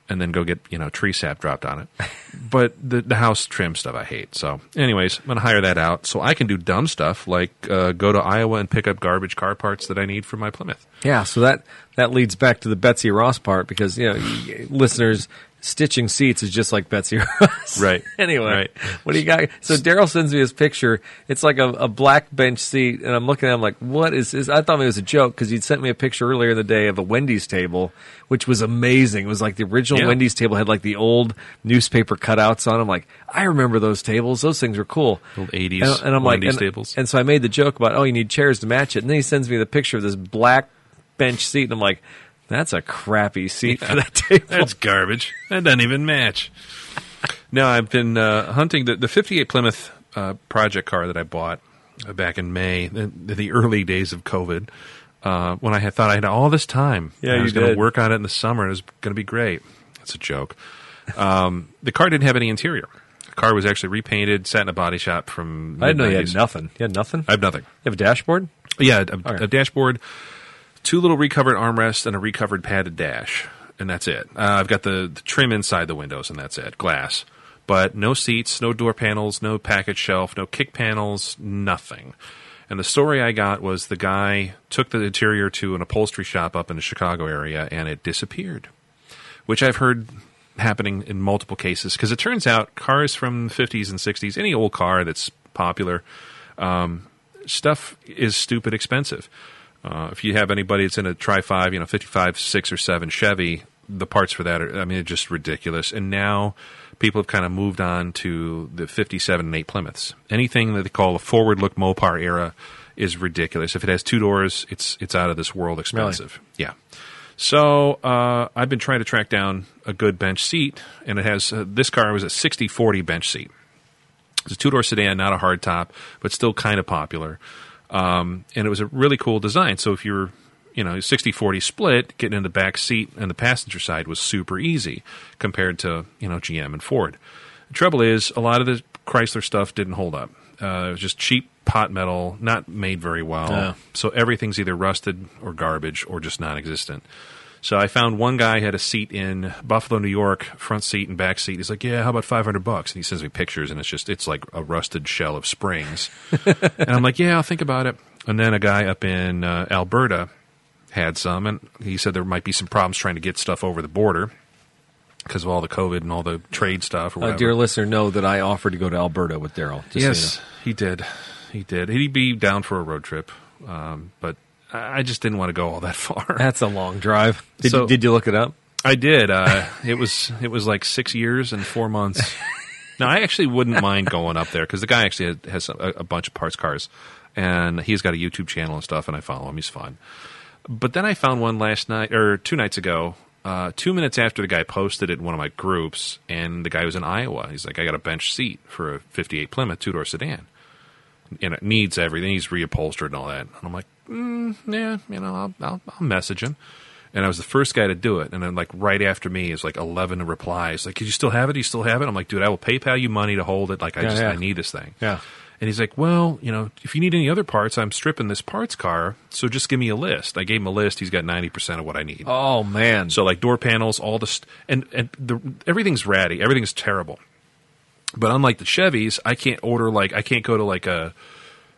S4: and then go get you know tree sap dropped on it.
S3: [laughs]
S4: But the, the house trim stuff I hate. So, anyways, I'm gonna hire that out so I can do dumb stuff like uh, go to Iowa and pick up garbage car parts that I need for my Plymouth.
S3: Yeah, so that that leads back to the Betsy Ross part because you know, y- listeners, stitching seats is just like Betsy [laughs] Ross.
S4: Right.
S3: anyway,
S4: Right.
S3: what do you got? So Daryl sends me his picture. It's like a, a black bench seat, and I'm looking at. it, I'm like, what is this? I thought it was a joke because he'd sent me a picture earlier in the day of a Wendy's table, which was amazing. It was like the original
S4: Yeah.
S3: Wendy's table had like the old newspaper cutouts on. them. like, I remember those tables. Those things were cool.
S4: Old 80s
S3: and, and I'm like,
S4: Wendy's
S3: and-
S4: tables.
S3: and so I made the joke about, oh, you need chairs to match it. And then he sends me the picture of this black bench seat, and I'm like, that's a crappy seat for that table.
S4: That's garbage. That doesn't even match. No, I've been uh, hunting the, the 58 Plymouth uh, project car that I bought uh, back in May, the, the early days of COVID, uh, when I had thought I had all this time. And
S3: Yeah,
S4: I
S3: you
S4: was gonna
S3: did.
S4: work on it in the summer. and It was going to be great. That's a joke. Um, the car didn't have any interior. The car was actually repainted, sat in a body shop from.
S3: I didn't know you had
S4: mid-nineties.
S3: nothing. You had nothing?
S4: I have nothing.
S3: you have a dashboard?
S4: Yeah, a,
S3: Okay.
S4: a dashboard, two little recovered armrests, and a recovered padded dash, and that's it. Uh, I've got the, the trim inside the windows, and that's it. Glass, but no seats, no door panels, no package shelf, no kick panels, nothing. And the story I got was the guy took the interior to an upholstery shop up in the Chicago area, and it disappeared which I've heard happening in multiple cases. Because it turns out cars from the 50s and 60s, any old car that's popular, um, stuff is stupid expensive. Uh, if you have anybody that's in a Tri 5, you know, 55, 6, or 7 Chevy, the parts for that are, I mean, they're just ridiculous. And now people have kind of moved on to the 57 and 8 Plymouths. Anything that they call a forward look Mopar era is ridiculous. If it has two doors, it's it's out of this world expensive. Yeah. So uh, I've been trying to track down a good bench seat, and it has uh, this car was a 60-40 bench seat. It's a two door sedan, not a hard top, but still kind of popular. Um, and it was a really cool design. So if you're, you know, 60 40 split, getting in the back seat and the passenger side was super easy compared to, you know, GM and Ford. The trouble is, a lot of the Chrysler stuff didn't hold up. Uh, it was just cheap pot metal, not made very well.
S3: Yeah.
S4: So everything's either rusted or garbage or just non existent. So I found one guy had a seat in Buffalo, New York, front seat and back seat. He's like, "Yeah, how about 500 bucks?" And he sends me pictures and it's just it's like a rusted shell of springs. and I'm like, "Yeah, I'll think about it." And then a guy up in uh, Alberta had some and he said there might be some problems trying to get stuff over the border because of all the COVID and all the trade stuff or
S3: Uh,
S4: whatever.
S3: dear listener, know that I offered to go to Alberta with Daryl. just so you
S4: Yes, he did. He did. He'd be down for a road trip. Um, but I I just didn't want to go all that [laughs] far.
S3: know. That's a long drive. Did,
S4: So-
S3: you, did you look it up?
S4: I did. Uh, it was it was like six years and four months. no, I actually wouldn't mind going up there because the guy actually had- has a, a bunch of parts cars, and he's got a YouTube channel and stuff, and I follow him. He's fun. But then I found one last night or two nights ago. Uh, two minutes after the guy posted it in one of my groups, and the guy was in Iowa. He's like, "I got a bench seat for a '58 Plymouth two door sedan, and it needs everything. He's reupholstered and all that." And I'm like, "Mm, yeah, you know, I'll, I'll, I'll message him. And I was the first guy to do it. And then, like, right after me is like 11 replies. Like, do you still have it? Do you still have it? I'm like, dude, I will PayPal you money to hold it. Like, I
S3: Yeah,
S4: just,
S3: yeah.
S4: I need this thing.
S3: Yeah.
S4: And he's like, well, you know, if you need any other parts, I'm stripping this parts car. So just give me a list. I gave him a list. He's got 90% of what I need.
S3: Oh, man.
S4: So like door panels, all the st- and and the, everything's ratty, everything's terrible. But unlike the Chevys, I can't order like I can't go to like a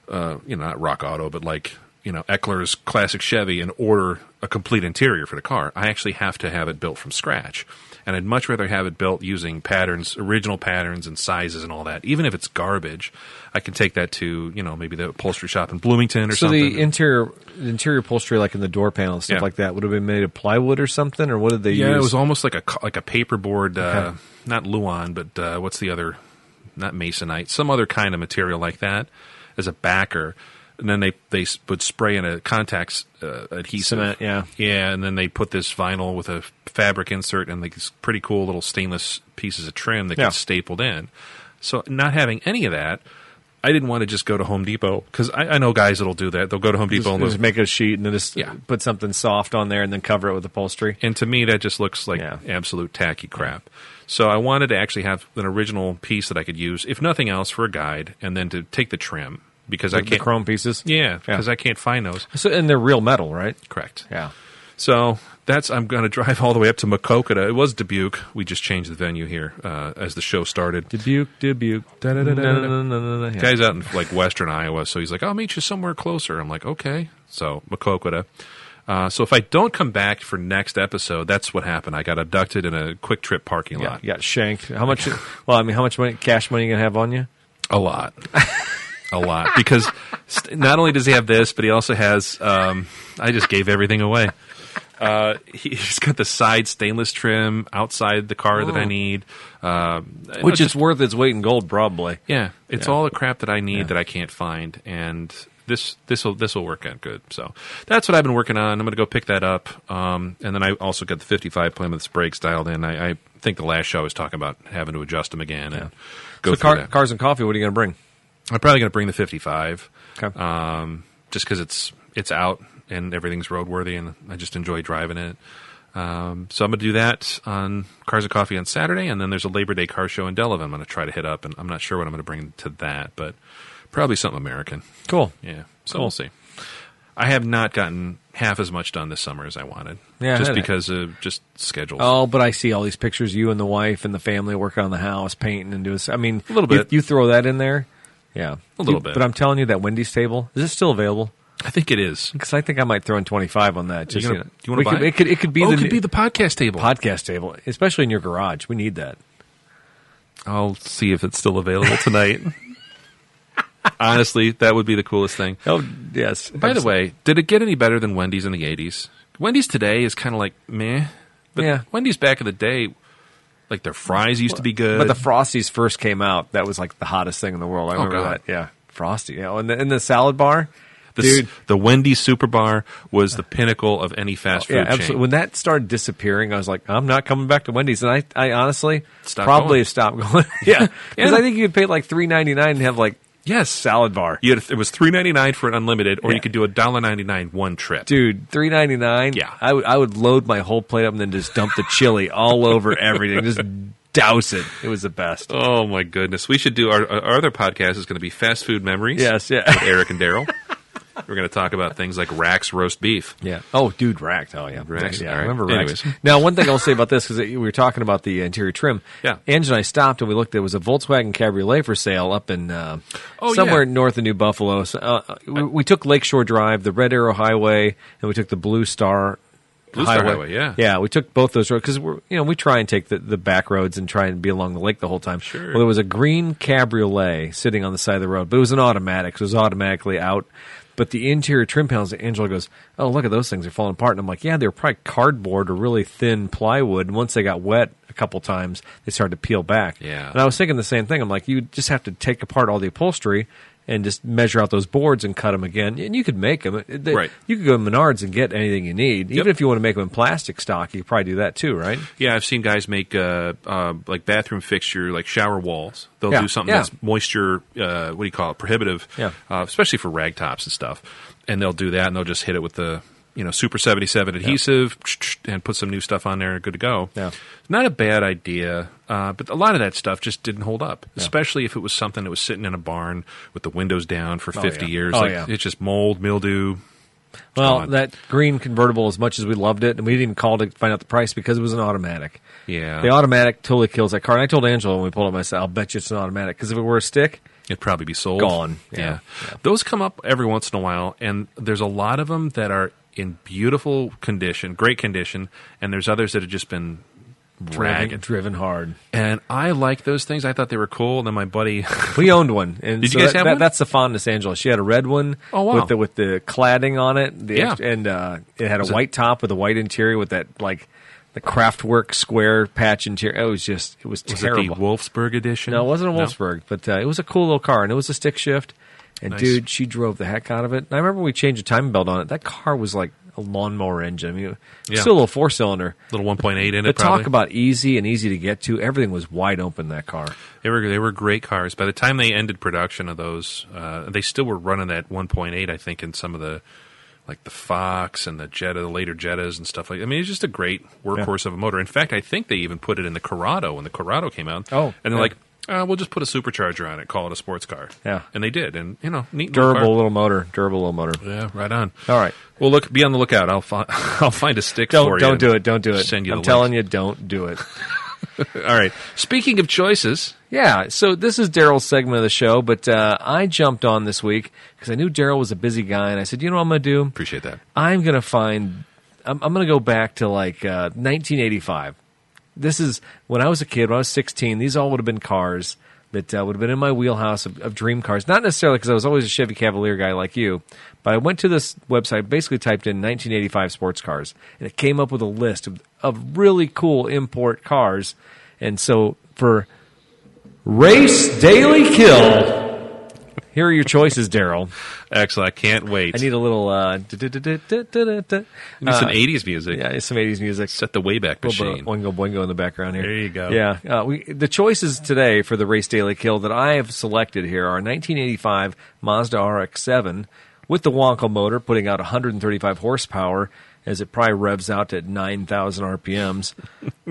S4: uh, you know not Rock Auto, but like you know Eckler's classic Chevy and order a complete interior for the car. I actually have to have it built from scratch, and I'd much rather have it built using patterns, original patterns and sizes and all that. Even if it's garbage, I can take that to you know maybe the upholstery shop in Bloomington or
S3: so
S4: something.
S3: the interior the interior upholstery, like in the door panel and stuff
S4: Yeah.
S3: like that, would have been made of plywood or something, or what did they
S4: Yeah,
S3: use?
S4: it was almost like a co- like a paperboard, uh,
S3: Okay.
S4: not Luan, but uh, what's the other? Not masonite, some other kind of material like that as a backer. And then they they s- would spray in a contact uh, adhesive,
S3: Cement, yeah.
S4: yeah, and then they put this vinyl with a f- fabric insert and like these pretty cool little stainless pieces of trim that
S3: Yeah.
S4: get stapled in. So not having any of that, I didn't want to just go to Home Depot because I, I know guys that'll do that. They'll go to Home Depot
S3: just,
S4: and they'll
S3: just make a sheet and then just
S4: Yeah.
S3: put something soft on there and then cover it with upholstery.
S4: and to me that just looks like
S3: Yeah.
S4: absolute tacky crap so i wanted to actually have an original piece that i could use if nothing else for a guide and then to take the trim because i
S3: Like the
S4: can't
S3: chrome pieces.
S4: yeah because i can't find those
S3: So, and they're real metal, right?
S4: correct
S3: Yeah.
S4: So that's I'm going to drive all the way up to Makokata. It was Dubuque. We just changed the venue here uh, as the show started.
S3: Dubuque, Dubuque. Da-da-da-da-da-da.
S4: Guy's out in like Western Iowa, so he's like, "I'll meet you somewhere closer." I'm like, "Okay." So Makokata. Uh, so if I don't come back for next episode, that's what happened. I got abducted in a quick trip parking
S3: uh, Yeah,
S4: lot.
S3: you got shanked. How much? Well, I mean, how much money, cash money, you gonna have on you?
S4: A lot. a lot. Because st- not only does he have this, but he also has. Um, I just gave everything away. Uh, he- he's got the side stainless trim outside the car
S3: Oh.
S4: that I need. Um, you know,
S3: Which is worth its weight in gold, probably.
S4: yeah, it's
S3: Yeah.
S4: all the crap that I need
S3: Yeah.
S4: that I can't find, and this this will this will work out good. So that's what I've been working on. I'm going to go pick that up, um, and then I also got the 55 Plymouth's brakes dialed in. I, I think the last show I was talking about having to adjust them again and go through
S3: So car,
S4: that.
S3: cars and coffee. What are you gonna bring? Uh,
S4: I'm probably going to bring the 55,
S3: Okay.
S4: um, just because it's it's out and everything's roadworthy, and I just enjoy driving it. Um, so I'm going to do that on Cars and Coffee on Saturday, and then there's a Labor Day car show in Delavan. I'm going to try to hit up, and I'm not sure what I'm going to bring to that, but probably something American.
S3: cool.
S4: Yeah, so we'll see. I have not gotten half as much done this summer as I wanted,
S3: Yeah, I
S4: just
S3: heard that.
S4: because of just schedules.
S3: Oh, but I see all these pictures. You and the wife and the family working on the house, painting and doing. I mean,
S4: A little
S3: you-
S4: bit.
S3: You, throw that in there. Yeah,
S4: A little
S3: You-
S4: bit.
S3: But I'm telling you, that Wendy's table is it still available?
S4: I think it is.
S3: Because I think I might throw in 25 on that. Just,
S4: you
S3: you
S4: gonna,
S3: know.
S4: do you want
S3: We
S4: to
S3: could-
S4: buy?
S3: It could, it could be
S4: oh,
S3: the
S4: it could
S3: new
S4: be the podcast table.
S3: podcast table, especially in your garage. We need that.
S4: I'll see if it's still available [laughs] tonight. Honestly, that would be the coolest thing.
S3: Oh yes.
S4: By the way, did it get any better than Wendy's in the 80s? Wendy's today is kind of like meh. But
S3: Yeah.
S4: Wendy's back in the day, like their fries used to be good. Oh,
S3: But the Frosties first came out. That was like the hottest thing in the world. I remember
S4: God.
S3: that. Yeah, Frosty. You know, and the, and the salad bar,
S4: the,
S3: dude.
S4: the Wendy's Super Bar was the pinnacle of any fast food
S3: Yeah,
S4: chain.
S3: absolutely. When that started disappearing, I was like, I'm not coming back to Wendy's, and I, I honestly
S4: Stopped
S3: probably
S4: going.
S3: have stopped going. [laughs] yeah,
S4: [laughs]
S3: because
S4: Yeah.
S3: I think you could pay like three ninety nine and have like
S4: Yes.
S3: salad bar.
S4: You had, it was three ninety nine for an unlimited, or
S3: Yeah.
S4: you could do a dollar ninety nine one trip.
S3: Dude, three ninety nine.
S4: Yeah.
S3: I would I would load my whole plate up and then just dump the chili all over everything, just douse it. It was the best.
S4: [laughs] Oh my goodness! We should do our, our other podcast is going to be fast food memories.
S3: Yes, yeah.
S4: with Eric and Daryl. [laughs] We're going to talk about things like Rack's roast beef.
S3: Yeah. Oh, dude, racked. Oh, yeah.
S4: Racked,
S3: Yeah,
S4: all
S3: I
S4: right.
S3: remember racked.
S4: Anyways.
S3: Now, one thing I'll say about this because we were talking about the interior trim.
S4: Yeah.
S3: Ange and I stopped and we looked. There was a Volkswagen Cabriolet for sale up in uh,
S4: Oh,
S3: somewhere
S4: yeah.
S3: north of New Buffalo. So, uh, we, we took Lakeshore Drive, the Red Arrow Highway, and we took the Blue Star.
S4: Blue Star Highway, yeah.
S3: yeah. We took both those roads because we're you know we try and take the, the back roads and try and be along the lake the whole time.
S4: Sure.
S3: Well, there was a green cabriolet sitting on the side of the road, but it was an automatic, so it was automatically out. But the interior trim panels, Angela goes, "Oh, look at those things are falling apart." And I'm like, "Yeah, they were probably cardboard or really thin plywood. And once they got wet a couple times, they started to peel back."
S4: Yeah.
S3: And I was thinking the same thing. I'm like, you just have to take apart all the upholstery and just measure out those boards and cut them again. And you could make them.
S4: Right.
S3: You could go to Menards and get anything you need. Even if you want to make them in plastic stock, you could probably do that too, right?
S4: Yeah, I've seen guys make uh, uh, like bathroom fixture, like shower walls. They'll
S3: Yeah,
S4: do something
S3: yeah.
S4: that's moisture, uh, what do you call it, prohibitive,
S3: Yeah.
S4: uh, especially for rag tops and stuff. And they'll do that, and they'll just hit it with the you know Super Seventy Seven adhesive, and put some new stuff on there, and good to go.
S3: Yeah.
S4: Not a bad idea, uh, but a lot of that stuff just didn't hold up, especially if it was something that was sitting in a barn with the windows down for fifty
S3: yeah.
S4: years.
S3: Oh,
S4: like,
S3: yeah.
S4: It's just mold, mildew.
S3: Well,
S4: gone.
S3: that green convertible, as much as we loved it, and we didn't even call to find out the price because it was an automatic.
S4: Yeah.
S3: The automatic totally kills that car. And I told Angela when we pulled up, I said, I'll bet you it's an automatic because if it were a stick,
S4: It'd probably be sold.
S3: Gone.
S4: Yeah.
S3: Yeah. Yeah.
S4: Those come up every once in a while, and there's a lot of them that are in beautiful condition, great condition, and there's others that have just been
S3: driven,
S4: ragged.
S3: driven hard.
S4: And I like those things. I thought they were cool. And then my buddy, [laughs]
S3: We owned one. And
S4: Did you
S3: so
S4: guys
S3: that,
S4: have
S3: that-
S4: one?
S3: That's the fondness, Angela. She had a red one.
S4: Oh, wow.
S3: With the, with the cladding on it. The
S4: Yeah.
S3: extra- and uh, it had a white top with a white interior with that like the Kraftwerk square patch interior. It was just it was,
S4: was
S3: terrible.
S4: it the Wolfsburg edition?
S3: No, it wasn't a Wolfsburg, but uh, it was a cool little car, and it was a stick shift. And
S4: Nice.
S3: dude, she drove the heck out of it. And I remember we changed a timing belt on it. That car was like a lawnmower engine. I mean, it was
S4: Yeah.
S3: still a little four cylinder.
S4: Little 1.8 in
S3: But
S4: it, probably.
S3: talk about easy and easy to get to. Everything was wide open in that car.
S4: They were they were great cars. By the time they ended production of those, uh, they still were running that 1.8, I think, in some of the like the Fox and the Jetta, the later Jettas and stuff like. I mean, it's just a great workhorse of a motor. In fact, I think they even put it in the Corrado when the Corrado came out.
S3: Oh,
S4: and they're
S3: yeah.
S4: like, Uh, we'll just put a supercharger on it, call it a sports car.
S3: Yeah.
S4: and they did, and you know, neat little
S3: Durable little motor. Durable little motor.
S4: car. Yeah, right on.
S3: All right.
S4: Well, look, be on the lookout. I'll find [laughs] I'll find a stick for
S3: Don't
S4: you.
S3: don't
S4: and
S3: do it. Don't do it.
S4: Send you
S3: I'm
S4: the
S3: telling you, don't do it.
S4: you. All right. Speaking of choices,
S3: Yeah, so this is Daryl's segment of the show, but uh, I jumped on this week because I knew Daryl was a busy guy, and I said, you know what I'm going to do?
S4: appreciate that.
S3: I'm going to find, I'm, I'm going to go back to like uh, 1985. This is when I was a kid, when I was 16, these all would have been cars that uh, would have been in my wheelhouse of, of dream cars. Not necessarily because I was always a Chevy Cavalier guy like you, but I went to this website, basically typed in 1985 sports cars, and it came up with a list of, of really cool import cars. And so for Race Daily Kill. Here are your choices, Daryl.
S4: Excellent. I can't wait.
S3: I need a little. Uh, du-du-du-du-du-du-du.
S4: Need some
S3: Uh,
S4: '80s music.
S3: Yeah, oh, some 80s music.
S4: Set the Wayback
S3: Little
S4: Machine.
S3: bit of Oingo boingo in the background here.
S4: There you go.
S3: Yeah. Uh, we, the choices today for the Race Daily Kill that I have selected here are 1985 Mazda RX 7 with the Wonka motor putting out 135 horsepower as it probably revs out at 9,000
S4: [laughs]
S3: RPMs.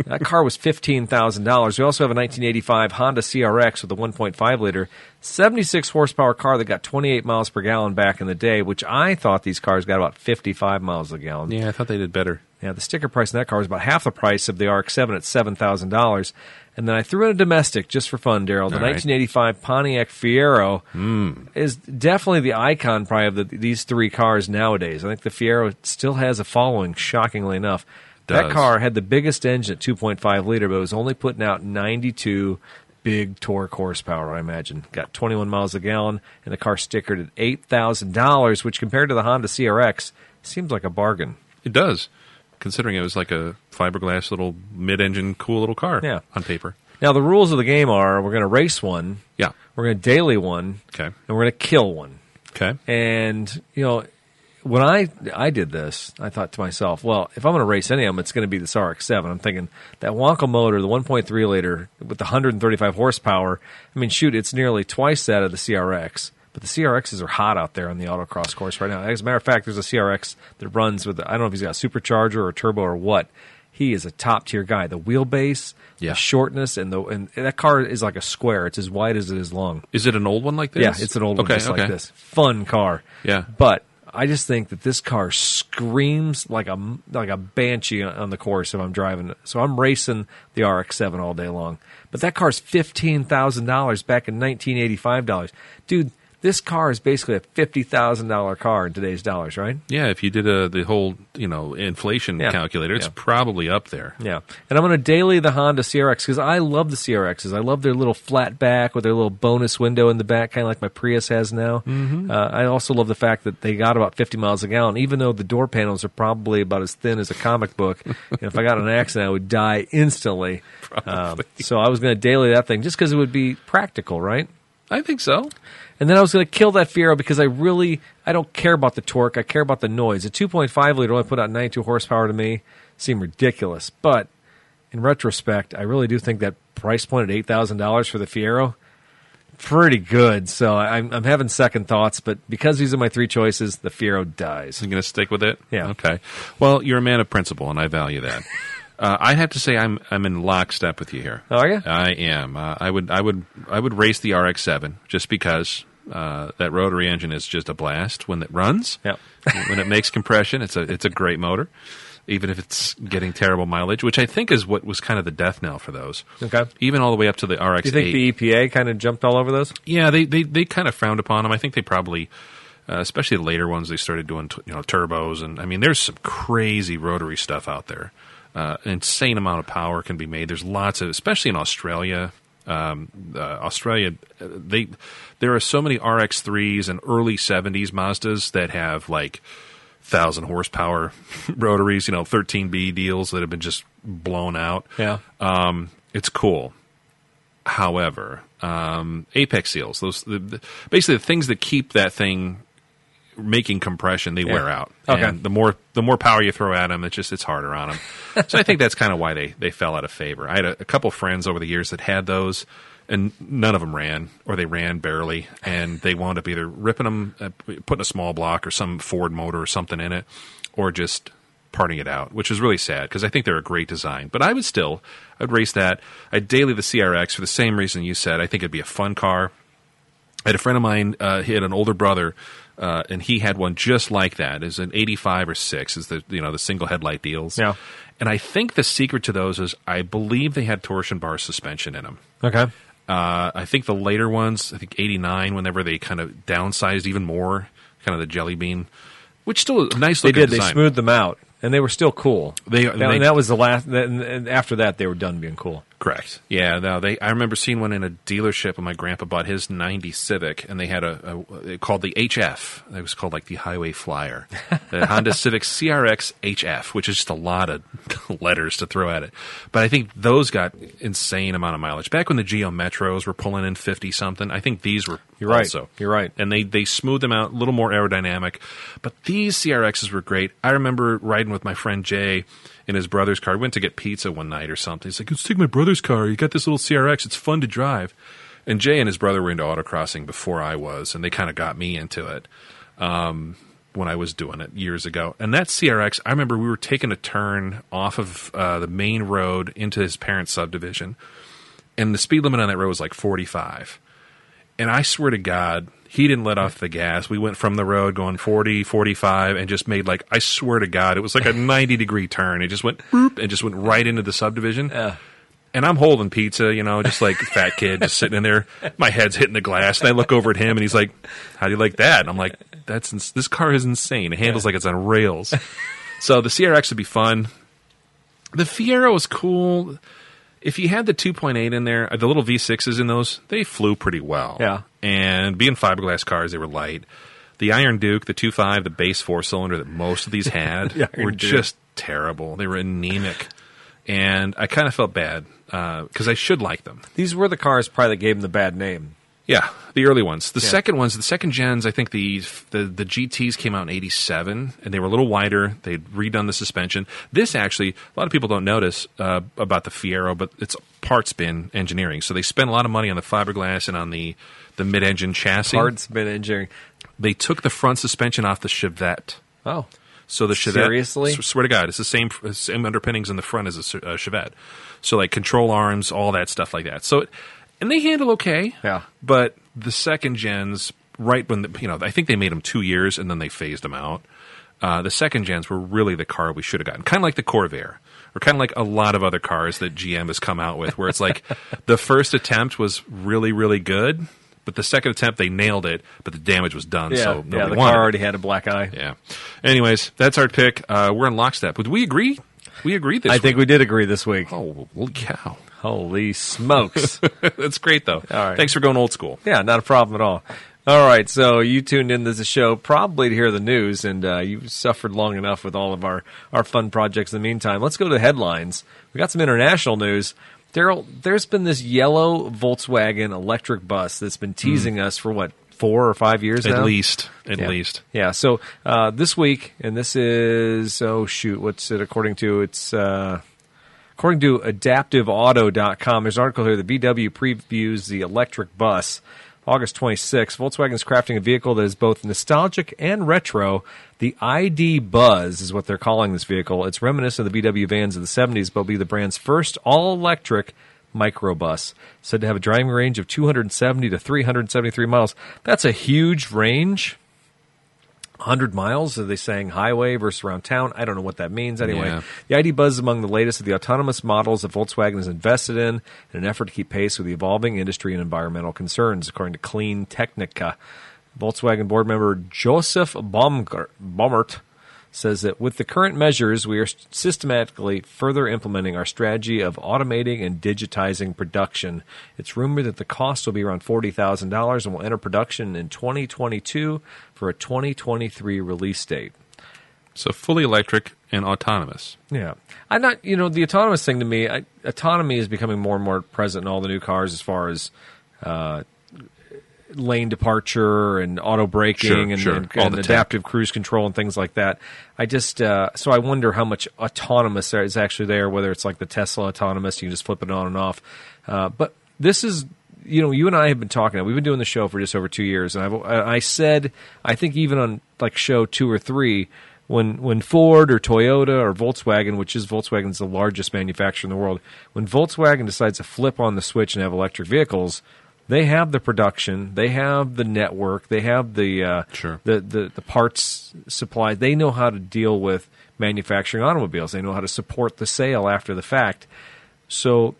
S3: that car was $15,000. We also have a 1985 Honda CRX with a 1.5 liter, 76 horsepower car that got 28 miles per gallon back in the day, which I thought these cars got about 55 miles a gallon.
S4: Yeah, I thought they did better.
S3: Yeah, the sticker price on that car was about half the price of the RX-7 at seven thousand dollars. And then I threw in a domestic just for fun, Daryl. The
S4: All right. Hmm.
S3: 1985 Pontiac Fiero is definitely the icon, probably of the, these three cars nowadays. I think the Fiero still has a following, shockingly enough. That
S4: Does.
S3: car had the biggest engine at 2.5 liter, but it was only putting out 92 big torque horsepower, I imagine. Got 21 miles a gallon, and the car stickered at $8,000, which compared to the Honda CRX seems like a bargain.
S4: It does, considering it was like a fiberglass little mid-engine, cool little car.
S3: Yeah.
S4: on paper.
S3: Now the rules of the game are: we're going to race one,
S4: Yeah.
S3: we're going to daily one,
S4: Okay.
S3: and we're going to kill one.
S4: Okay.
S3: And you know, when I I did this, I thought to myself, well, if I'm going to race any of them, it's going to be this RX-7. I'm thinking that Wonka motor, the 1.3 liter with the 135 horsepower. I mean, shoot, it's nearly twice that of the CRX. But the CRXs are hot out there on the autocross course right now. As a matter of fact, there's a CRX that runs with I don't know if he's got a supercharger or a turbo or what. He is a top tier guy. The wheelbase,
S4: Yeah.
S3: the shortness, and the and that car is like a square. It's as wide as it is long.
S4: Is it an old one like this?
S3: Yeah, it's an old
S4: Okay,
S3: one just
S4: okay.
S3: like this. Fun car.
S4: Yeah.
S3: But I just think that this car screams like a like a banshee on the course if I'm driving. So I'm racing the RX-7 all day long. But that car's fifteen thousand dollars back in nineteen eighty-five dollars, dude. This car is basically a fifty thousand dollar car in today's dollars, right?
S4: Yeah, if you did a, the whole you know inflation
S3: Yeah.
S4: calculator, it's
S3: Yeah.
S4: probably up there.
S3: Yeah, and I'm going to daily the Honda CRX because I love the CRXs. I love their little flat back with their little bonus window in the back, kind of like my Prius has now. Uh, I also love the fact that they got about 50 miles a gallon, even though the door panels are probably about as thin as a comic book. and if I got in an accident, I would die instantly. Um, so I was going to daily that thing just because it would be practical, right?
S4: I think so.
S3: And then I was going to kill that Fiero because I really I don't care about the torque. I care about the noise. A 2.5 liter only put out 92 horsepower to me seemed ridiculous, but in retrospect, I really do think that price point at eight thousand dollars for the Fiero pretty good. So I'm I'm having second thoughts, but because these are my three choices, the Fiero dies.
S4: I'm going to stick with it.
S3: Yeah.
S4: Okay. Well, you're a man of principle, and I value
S3: [laughs]
S4: that. uh, I have to say, I'm I'm in lockstep with you here.
S3: Oh, Are ya?
S4: I am. Uh, I would I would I would race the RX-7 just because. Uh, that rotary engine is just a blast when it runs.
S3: Yep.
S4: [laughs] when it makes compression, it's a it's a great motor, even if it's getting terrible mileage, which I think is what was kind of the death knell for those.
S3: Okay.
S4: Even all the way up to the RX.
S3: Do you think the E EPA kind of jumped all over those?
S4: Yeah, they, they, they kind of frowned upon them. I think they probably, uh, especially the later ones, they started doing t- you know turbos and I mean, there's some crazy rotary stuff out there. Uh, an insane amount of power can be made. There's lots of, especially in Australia. Um, uh, Australia, uh, they there are so many RX threes and early '70s Mazdas that have like thousand horsepower [laughs] rotaries, you know, 13B deals that have been just blown out.
S3: Yeah.
S4: Um, it's cool. However, um, apex seals, those the, the, basically the things that keep that thing making compression, they wear out.
S3: Okay.
S4: And the more the more power you throw at them, it's just it's harder on them. so I think that's kind of why they they fell out of favor. I had a, a couple friends over the years that had those. And none of them ran, or they ran barely, and they wound up either ripping them, uh, putting a small block or some Ford motor or something in it, or just parting it out, which is really sad because I think they're a great design. But I would still, I'd race that. I'd daily the CRX for the same reason you said. I think it'd be a fun car. I had a friend of mine, uh, he had an older brother, uh, and he had one just like that. It's an 85 or 6, is the, you know, the single headlight deals.
S3: Yeah.
S4: And I think the secret to those is I believe they had torsion bar suspension in them.
S3: Okay.
S4: Uh, I think the later ones, I think 89, whenever they kind of downsized even more, kind of the jelly bean, which still a nice
S3: They
S4: looking
S3: did. They
S4: design.
S3: smoothed them out, and they were still cool.
S4: They-
S3: that,
S4: they-
S3: that was the last. That, and after that, they were done being cool.
S4: Correct. Yeah. No, they. I remember seeing one in a dealership when my grandpa bought his '90 Civic, and they had a, a it called the HF. It was called like the Highway Flyer,
S3: [laughs]
S4: the Honda Civic CRX HF, which is just a lot of [laughs] letters to throw at it. But I think those got insane amount of mileage. Back when the Geo Metros were pulling in 50 something, I think these were
S3: You're right.
S4: also.
S3: You're right.
S4: And they they smoothed them out a little more aerodynamic. But these CRXs were great. I remember riding with my friend Jay in his brother's car. We went to get pizza one night or something. He's like, "Let's take my brother's car. You got this little CRX. It's fun to drive." And Jay and his brother were into autocrossing before I was, and they kind of got me into it um, when I was doing it years ago. And that CRX, I remember we were taking a turn off of uh, the main road into his parents' subdivision, and the speed limit on that road was like 45. And I swear to God, he didn't let off the gas. We went from the road going 40, 45, and just made like, I swear to God, it was like a 90 degree turn. It just went boop and just went right into the subdivision. And I'm holding pizza, you know, just like fat kid, just sitting in there. My head's hitting the glass, and I look over at him, and he's like, "How do you like that?" And I'm like, "That's ins- this car is insane. It handles like it's on rails." so the CRX would be fun. The Fiero was cool. If you had the 2.8 in there, the little V6s in those, they flew pretty well.
S3: Yeah.
S4: And being fiberglass cars, they were light. The Iron Duke, the 2.5, the base four cylinder that most of these [laughs] had
S3: The Iron
S4: were
S3: Duke.
S4: just terrible. They were anemic. And I kind of felt bad because I should like them.
S3: These were the cars probably that gave them the bad name.
S4: Yeah, the early ones. The second ones, the second gens, I think the the, the GTs came out in 87 and they were a little wider. They'd redone the suspension. This actually, a lot of people don't notice uh, about the Fiero, but it's parts bin engineering. So they spent a lot of money on the fiberglass and on the, the mid engine chassis.
S3: Hard spin engineering.
S4: They took the front suspension off the Chevette.
S3: Oh,
S4: So the Chevette,
S3: Seriously?
S4: s- swear to God, it's the same same underpinnings in the front as a s- uh, Chevette. So like control arms, all that stuff like that. So, it, and they handle okay.
S3: Yeah.
S4: But the second gens, right when the, you know, I think they made them two years and then they phased them out. Uh, the second gens were really the car we should have gotten, kind of like the Corvair, or kind of like a lot of other cars that GM has come out with, where it's
S3: [laughs]
S4: like the first attempt was really really good, but the second attempt they nailed it, but the damage was done.
S3: yeah,
S4: so
S3: yeah.
S4: nobody
S3: The
S4: wanted
S3: car
S4: it.
S3: already had a black eye.
S4: Yeah. Anyways, that's our pick. Uh, we're in lockstep. Would we agree? We agree this
S3: I think we did agree
S4: [laughs]
S3: this week.
S4: week. Oh, holy cow.
S3: Holy smokes!
S4: [laughs]
S3: [laughs]
S4: that's great, though.
S3: All right.
S4: Thanks for going old school.
S3: Yeah, not a problem at all. All right, so you tuned in to the show probably to hear the news, and uh, you've suffered long enough with all of our, our fun projects in the meantime. Let's go to the headlines. We got some international news. Daryl, there's been this yellow Volkswagen electric bus that's been teasing us for what, four or five years
S4: Hmm. At
S3: now?
S4: least. At
S3: yeah.
S4: least.
S3: Yeah, so uh, this week, and this is, oh shoot, what's it according to? It's. Uh, According to adaptiveauto.com, there's an article here that VW previews the electric bus. August 26, Volkswagen's crafting a vehicle that is both nostalgic and retro. The ID Buzz is what they're calling this vehicle. It's reminiscent of the VW vans of the 70s, but will be the brand's first all electric microbus, said to have a driving range of 270 to 373 miles. That's a huge range. 100 miles? Are they saying highway versus around town? I don't know what that means anyway.
S4: Yeah.
S3: The ID Buzz is among the latest of the autonomous models that Volkswagen has invested in in an effort to keep pace with the evolving industry and environmental concerns, according to Clean Technica. Volkswagen board member Joseph Baumgart, Baumert says that with the current measures, we are systematically further implementing our strategy of automating and digitizing production. It's rumored that the cost will be around $40,000 and will enter production in 2022 for a 2023 release date.
S4: So fully electric and autonomous.
S3: Yeah, I'm not. You know, the autonomous thing to me, I, autonomy is becoming more and more present in all the new cars as far as uh, lane departure and auto braking
S4: Sure,
S3: and,
S4: sure.
S3: and-
S4: All
S3: and
S4: the tech.
S3: adaptive cruise control and things like that. I just uh, so I wonder how much autonomous there is actually there. Whether it's like the Tesla autonomous, you can just flip it on and off. Uh, but this is. You know, you and I have been talking. We've been doing the show for just over two years, and I've, I I said I think even on like show two or three when when Ford or Toyota or Volkswagen, which is Volkswagen's the largest manufacturer in the world, when Volkswagen decides to flip on the switch and have electric vehicles, they have the production, they have the network, they have the uh,
S4: Sure.
S3: the, the the parts supply. They know how to deal with manufacturing automobiles. They know how to support the sale after the fact. So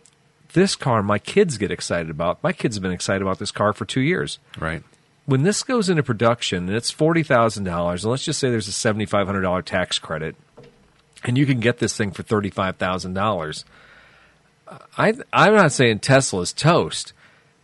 S3: this car, my kids get excited about. My kids have been excited about this car for two years
S4: Right.
S3: when this goes into production and it's forty thousand dollars, and let's just say there's a seventy five hundred dollar tax credit, and you can get this thing for thirty five thousand dollars. I I'm not saying Tesla's toast,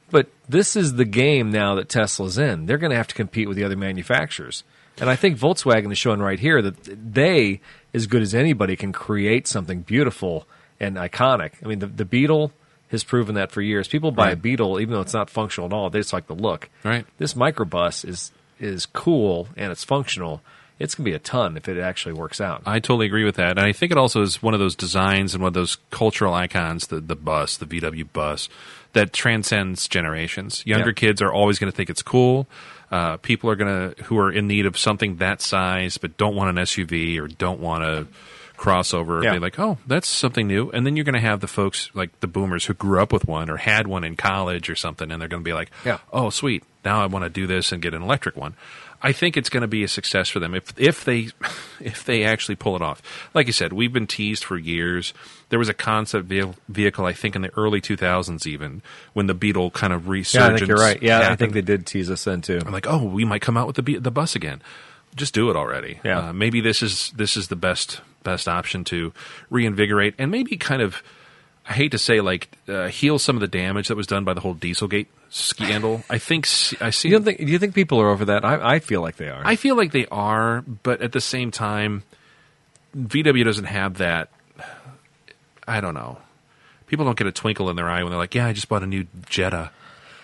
S3: but this is the game now that Tesla's in. They're going to have to compete with the other manufacturers, and I think Volkswagen is showing right here that they, as good as anybody, can create something beautiful and iconic. I mean, the the Beetle. Has proven that for years. People buy a
S4: Right.
S3: Beetle, even though it's not functional at all. They just like the look
S4: Right.
S3: this microbus is is cool and it's functional. It's gonna be a ton if it actually works out.
S4: I totally agree with that, and I think it also is one of those designs and one of those cultural icons, the the bus, the VW bus, that transcends generations. Younger
S3: Yeah.
S4: kids are always going to think it's cool. Uh, people are going to who are in need of something that size, but don't want an SUV or don't want a crossover.
S3: Yeah.
S4: Be like, oh, that's something new. And then you're going to have the folks like the boomers who grew up with one or had one in college or something, and they're going to be like,
S3: Yeah.
S4: oh, sweet, now I want to do this and get an electric one. I think it's going to be a success for them if if they [laughs] if they actually pull it off. Like you said, we've been teased for years. There was a concept vehi- vehicle, I think, in the early 2000s, even when the Beetle kind of
S3: yeah, I
S4: resurgence.
S3: think you're right. Yeah, I think
S4: happened.
S3: they did tease us then too.
S4: I'm like, oh, we might come out with the bu- the bus again. Just do it already.
S3: Yeah.
S4: Uh, maybe this is this is the best best option to reinvigorate and maybe kind of. I hate to say, like, uh, heal some of the damage that was done by the whole Dieselgate
S3: [laughs]
S4: scandal. I think s- I see.
S3: You don't think? Do you think people are over that? I, I feel like they are.
S4: I feel like they are, but at the same time, VW doesn't have that. I don't know. People don't get a twinkle in their eye when they're like, "Yeah, I just bought a new Jetta."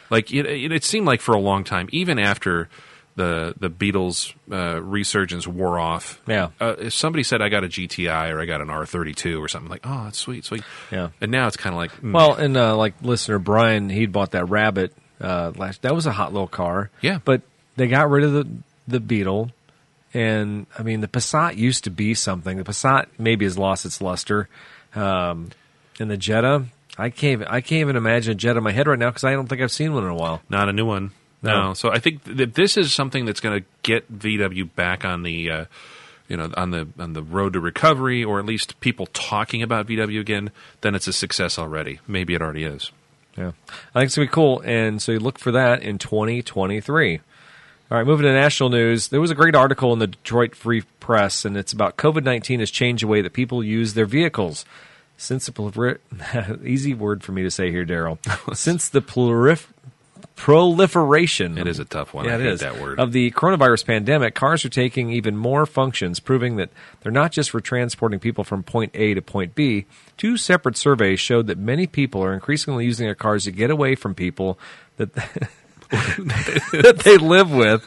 S4: Like it, it, it seemed like for a long time, even after the the Beatles uh, resurgence wore off.
S3: Yeah.
S4: uh, if somebody said I got a GTI or I got an R32 or something, like, "Oh, that's sweet, sweet."
S3: Yeah.
S4: and now it's kind of like, mm,
S3: well, and uh, like listener Brian, he bought that Rabbit uh, last. That was a hot little car.
S4: Yeah.
S3: but they got rid of the the Beetle, and I mean the Passat used to be something. The Passat maybe has lost its luster, um, and the Jetta. I can't. even- I can't even imagine a Jetta in my head right now because I don't think I've seen one in a while.
S4: not a new one. No.
S3: No.
S4: So I think that this is something that's going to get VW back on the, uh, you know, on the on the road to recovery, or at least people talking about VW again. Then it's a success already. Maybe it already is.
S3: Yeah. I think it's going to be cool. And so you look for that in 2023. All right, moving to national news. There was a great article in the Detroit Free Press, and it's about COVID 19 has changed the way that people use their vehicles. Since the prolifer- [laughs] easy word for me to say
S4: [laughs]
S3: here, Daryl. Since the prolif- proliferation,
S4: It is a tough one.
S3: Yeah,
S4: I
S3: it
S4: hate
S3: is.
S4: that word.
S3: Of the coronavirus pandemic, cars are taking even more functions, proving that they're not just for transporting people from point A to point B. Two separate surveys showed that many people are increasingly using their cars to get away from people that [laughs] that they live with,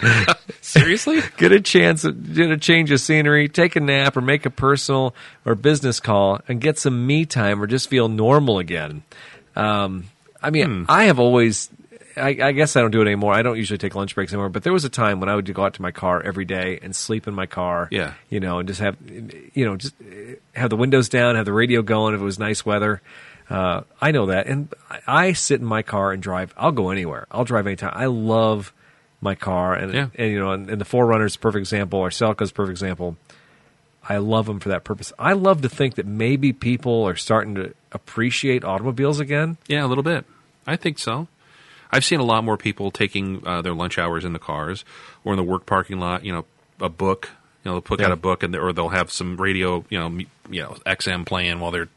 S4: [laughs] Seriously?
S3: get a chance, get a change of scenery, take a nap, or make a personal or business call, and get some me time, or just feel normal again. Um, I
S4: Hmm.
S3: mean, I have always. I, I guess I don't do it anymore. I don't usually take lunch breaks anymore. But there was a time when I would go out to my car every day and sleep in my car.
S4: Yeah.
S3: you know, and just have, you know, just have the windows down, have the radio going if it was nice weather. Uh, I know that, and I- I sit in my car and drive. I'll go anywhere. I'll drive anytime. I love my car, and
S4: Yeah.
S3: and you know, and, and the Forerunner's a perfect example, or Celica's a perfect example. I love them for that purpose. I love to think that maybe people are starting to appreciate automobiles again.
S4: Yeah, a little bit. I think so. I've seen a lot more people taking uh, their lunch hours in the cars or in the work parking lot. You know, a book. You know, they'll put out
S3: Yeah.
S4: a book, and they, or they'll have some radio. You know, m- you know, XM playing while they're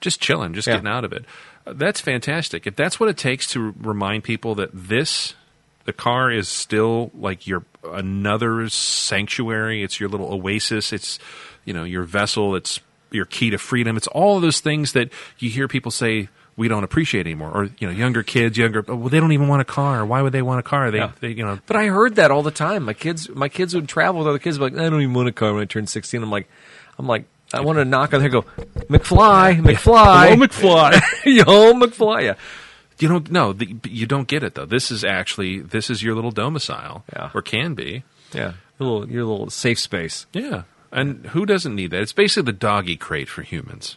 S4: just chilling, just
S3: Yeah.
S4: getting out of it. Uh, That's fantastic. If that's what it takes to remind people that this, the car is still like your another sanctuary. It's your little oasis. It's you know your vessel. It's your key to freedom. It's all of those things that you hear people say we don't appreciate anymore. Or you know younger kids, younger oh, well they don't even want a car. Why would they want a car? They,
S3: Yeah.
S4: they you know
S3: But I heard that all the time. My kids, my kids would travel with other kids. Like, I don't even want a car when I turn sixteen. I'm like, I'm like, I want to knock on there. and Go, McFly, McFly,
S4: Hello, McFly.
S3: [laughs] yo, McFly. Yeah,
S4: you don't no the, you don't get it though. This is actually this is your little domicile
S3: Yeah.
S4: or can be.
S3: yeah. Your little, your little safe space.
S4: Yeah. And who doesn't need that? It's basically the doggy crate for humans.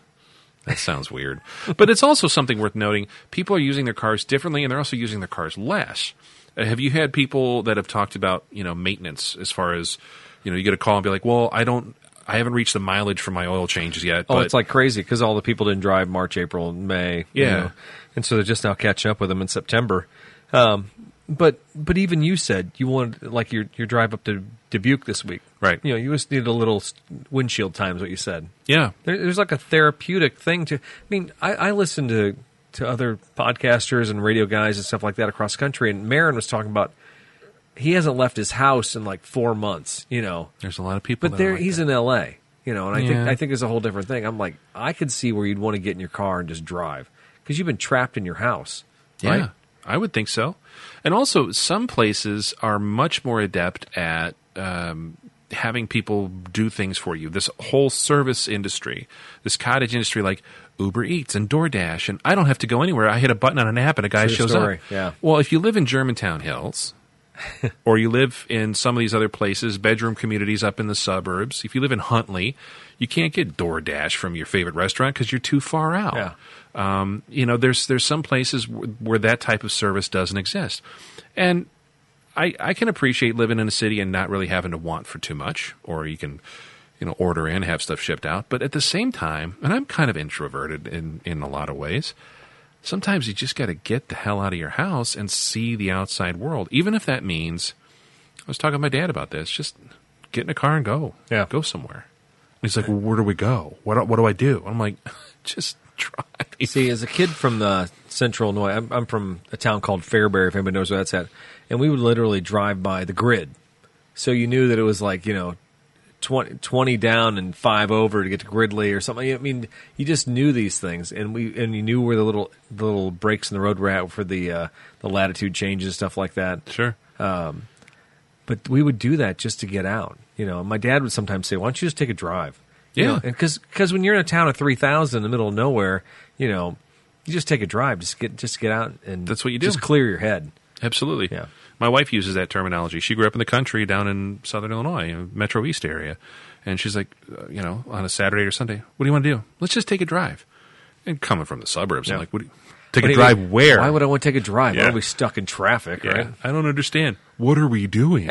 S4: That sounds weird. But it's also something worth noting. People are using their cars differently and they're also using their cars less. Uh, Have you had people that have talked about, you know, maintenance as far as, you know, you get a call and be like, "Well, I don't I haven't reached the mileage for my oil changes yet."
S3: Oh,
S4: but-
S3: it's like crazy because all the people didn't drive March, April, and May. you
S4: Yeah.
S3: know. and so they're just now catching up with them in September. Um, but but even you said you wanted like your your drive up to Dubuque this week,
S4: Right.
S3: You know, you just need a little s- windshield time. Is what you said.
S4: Yeah.
S3: There, there's like a therapeutic thing to. I mean, I, I listen to to other podcasters and radio guys and stuff like that across the country, and Marin was talking about he hasn't left his house in like four months. You know,
S4: There's a lot of people
S3: but
S4: that are
S3: there
S4: Oh, like
S3: he's
S4: that.
S3: in LA, you know, and I
S4: Yeah.
S3: think I think it's a whole different thing. I'm like, I could see where you'd want to get in your car and just drive because you've been trapped in your house.
S4: Yeah,
S3: right?
S4: I would think so. And also, some places are much more adept at um, having people do things for you. This whole service industry, this cottage industry, like Uber Eats and DoorDash, and I don't have to go anywhere. I hit a button on an app, and a guy
S3: True
S4: shows
S3: story,
S4: up.
S3: yeah.
S4: Well, if you live in Germantown Hills. or you live in some of these other places, bedroom communities up in the suburbs. If you live in Huntley, you can't get DoorDash from your favorite restaurant because you're too far out.
S3: Yeah.
S4: Um, you know, there's there's some places w- where that type of service doesn't exist, and I I can appreciate living in a city and not really having to want for too much, or you can. You know, order in, have stuff shipped out. But at the same time, and I'm kind of introverted in, in a lot of ways, sometimes you just got to get the hell out of your house and see the outside world, even if that means. I was talking to my dad about this. Just get in a car and go.
S3: Yeah.
S4: go somewhere. And he's like, "Well, where do we go? What do- what do I do?" I'm like, [laughs] "Just drive."
S3: See, as a kid from the central Illinois, I'm, I'm from a town called Fairbury, if anybody knows where that's at, and we would literally drive by the grid, so you knew that it was like you know. 20, 20 down and five over to get to Gridley or something. I mean, you just knew these things, and we and you knew where the little the little breaks in the road were at for the uh, the latitude changes and stuff like that.
S4: Sure.
S3: but we would do that just to get out. You know, my dad would sometimes say, "Why don't you just take a drive?"
S4: Yeah.
S3: because when you're in a town of three thousand in the middle of nowhere, you know, you just take a drive, just get just get out and
S4: That's what you do.
S3: Just clear your head.
S4: Absolutely.
S3: Yeah.
S4: My wife uses that terminology. She grew up in the country down in southern Illinois, you know, Metro East area. And she's like, uh, you know, on a Saturday or Sunday, what do you want to do? Let's just take a drive. And coming from the suburbs,
S3: Yeah.
S4: I'm like, what do you, take
S3: What do
S4: a
S3: you
S4: drive
S3: mean?
S4: where?
S3: Why would I want to take a drive? Why
S4: Yeah.
S3: are we stuck in traffic?
S4: Yeah.
S3: Right?
S4: I don't understand. What are we [laughs] doing?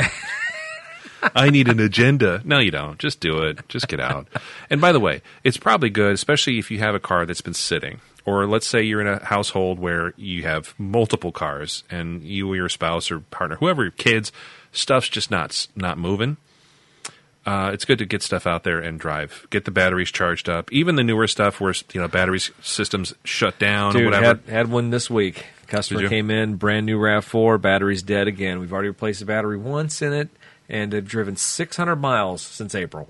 S4: I need an agenda. No, you don't. Just do it. Just get out. And by the way, it's probably good, especially if you have a car that's been sitting. Or let's say you're in a household where you have multiple cars and you or your spouse or partner, whoever, your kids, stuff's just not s- not moving. Uh, it's good to get stuff out there and drive. Get the batteries charged up. Even the newer stuff where you know batteries systems shut down or
S3: Dude,
S4: whatever.
S3: had had one this week.
S4: Did
S3: Customer
S4: you?
S3: came in, brand new Rav Four, battery's dead again. We've already replaced the battery once in it, and they've driven six hundred miles since April.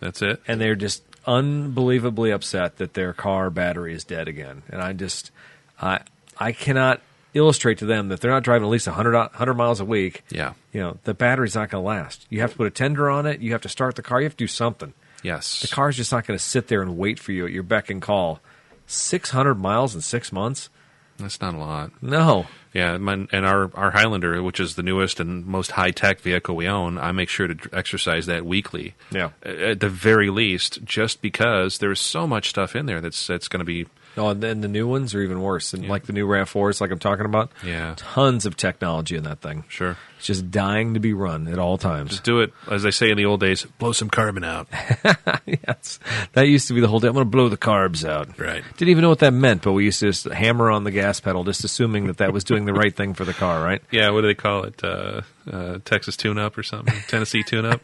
S4: that's it.
S3: and they're just unbelievably upset that their car battery is dead again. And I just, I, I cannot illustrate to them that they're not driving at least 100, 100 miles a week.
S4: Yeah.
S3: You know, the battery's not going to last. You have to put a tender on it. You have to start the car. You have to do something.
S4: Yes.
S3: The car's just not going to sit there and wait for you at your beck and call. 600 miles in six months?
S4: That's not a lot.
S3: No.
S4: Yeah, mine, and our, our Highlander, which is the newest and most high tech vehicle we own, I make sure to dr- exercise that weekly.
S3: Yeah.
S4: A- At the very least, just because there's so much stuff in there that's that's going to be.
S3: Oh, and then the new ones are even worse. And like the new RAV4s, like I'm talking about.
S4: Yeah.
S3: Tons of technology in that thing.
S4: Sure.
S3: It's just dying to be run at all times.
S4: Just do it, as they say in the old days, blow some carbon out.
S3: [laughs] Yes, that used to be the whole day. I'm going to blow the carbs out.
S4: Right.
S3: Didn't even know what that meant, but we used to just hammer on the gas pedal, just assuming that that was doing the right thing for the car. Right.
S4: yeah, what do they call it? Uh, uh, Texas tune up or something? Tennessee tune up?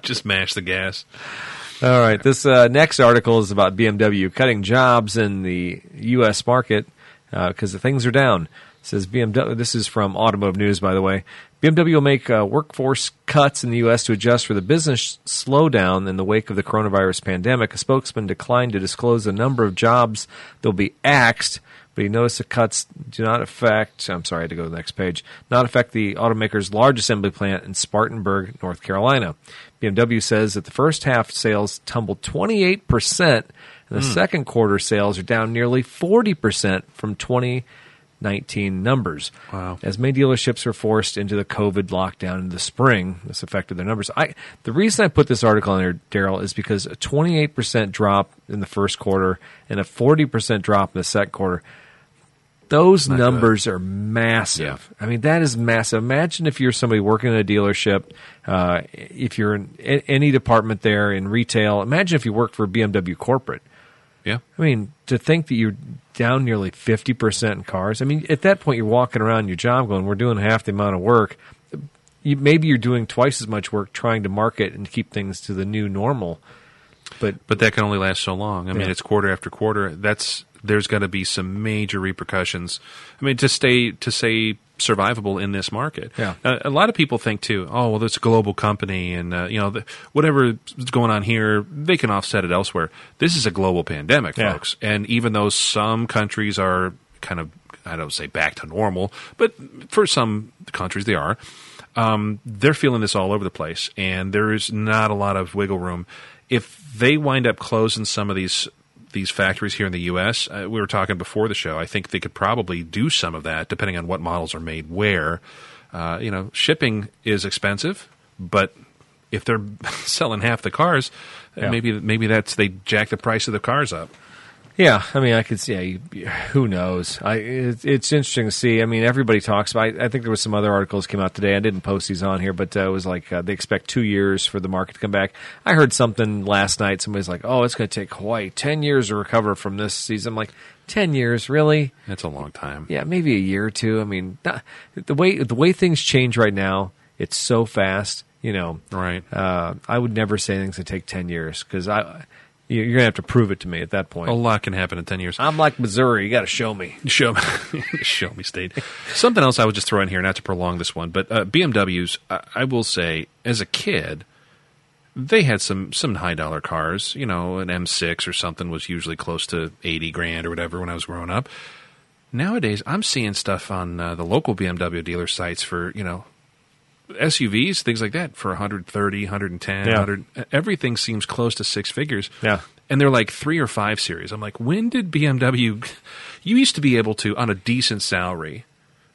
S4: just mash the gas.
S3: All right. This uh, next article is about BMW cutting jobs in the U.S. market because the things are down. It says BMW. This is from Automotive News, by the way. BMW will make uh, workforce cuts in the U.S. to adjust for the business slowdown in the wake of the coronavirus pandemic. A spokesman declined to disclose the number of jobs that'll be axed, but he noticed the cuts do not affect. I'm sorry, I had to go to the next page. Not affect the automaker's large assembly plant in Spartanburg, North Carolina. BMW says that the first half sales tumbled 28 percent, and the second quarter sales are down nearly 40 percent from 20 19 numbers.
S4: Wow.
S3: As many dealerships were forced into the COVID lockdown in the spring, this affected their numbers. I the reason I put this article in here, Daryl, is because a 28% drop in the first quarter and a 40% drop in the second quarter. Those
S4: Not
S3: numbers are massive. I mean, that is massive. Imagine if you're somebody working in a dealership, uh, if you're in a- any department there in retail. Imagine if you work for BMW corporate.
S4: Yeah.
S3: I mean, to think that you're down nearly 50% in cars. I mean, at that point, you're walking around your job going, we're doing half the amount of work. You, maybe you're doing twice as much work trying to market and keep things to the new normal. But
S4: But that can only last so long. I mean,
S3: Yeah.
S4: it's quarter after quarter. That's there's going to be some major repercussions. I mean, to stay to say survivable in this market. Uh,
S3: Yeah.
S4: A, a lot of people think too. Oh well, it's a global company, and uh, you know the, whatever's going on here, they can offset it elsewhere. This is a global pandemic,
S3: Yeah.
S4: folks. And even though some countries are kind of, I don't say back to normal, but for some countries they are. Um, they're feeling this all over the place, and there is not a lot of wiggle room. If they wind up closing some of these these factories here in the U.S., uh, we were talking before the show. I think they could probably do some of that, depending on what models are made where. Uh, you know, shipping is expensive, but if they're [laughs] selling half the cars,
S3: Yeah.
S4: maybe maybe that's they jack the price of the cars up.
S3: Yeah, I mean, I could see. Yeah, you- you- who knows? I it, it's interesting to see. I mean, everybody talks about. I, I think there was some other articles came out today. I didn't post these on here, but uh, it was like uh, they expect two years for the market to come back. I heard something last night. Somebody's like, "Oh, it's going to take Hawaii ten years to recover from this season." I'm like, 10 years, really?
S4: That's a long time.
S3: Yeah, maybe a year or two. I mean, not, the way the way things change right now, it's so fast. You know,
S4: Right.
S3: Uh, I would never say things that take ten years because I you- you're going to have to prove it to me at that point.
S4: A lot can happen in ten years.
S3: I'm like Missouri. You got to show me.
S4: Show me, [laughs] show me, state. Something else I would just throw in here, not to prolong this one, but uh, BMWs. I, I will say, as a kid, they had some some high dollar cars. You know, an M6 or something was usually close to eighty grand or whatever when I was growing up. Nowadays, I'm seeing stuff on uh, the local BMW dealer sites for you know SUVs, things like that, for 130, 110,
S3: Yeah.
S4: 100. Everything seems close to six figures.
S3: Yeah.
S4: And they're like three or five series. I'm like, when did BMW? [laughs] You used to be able to, on a decent salary,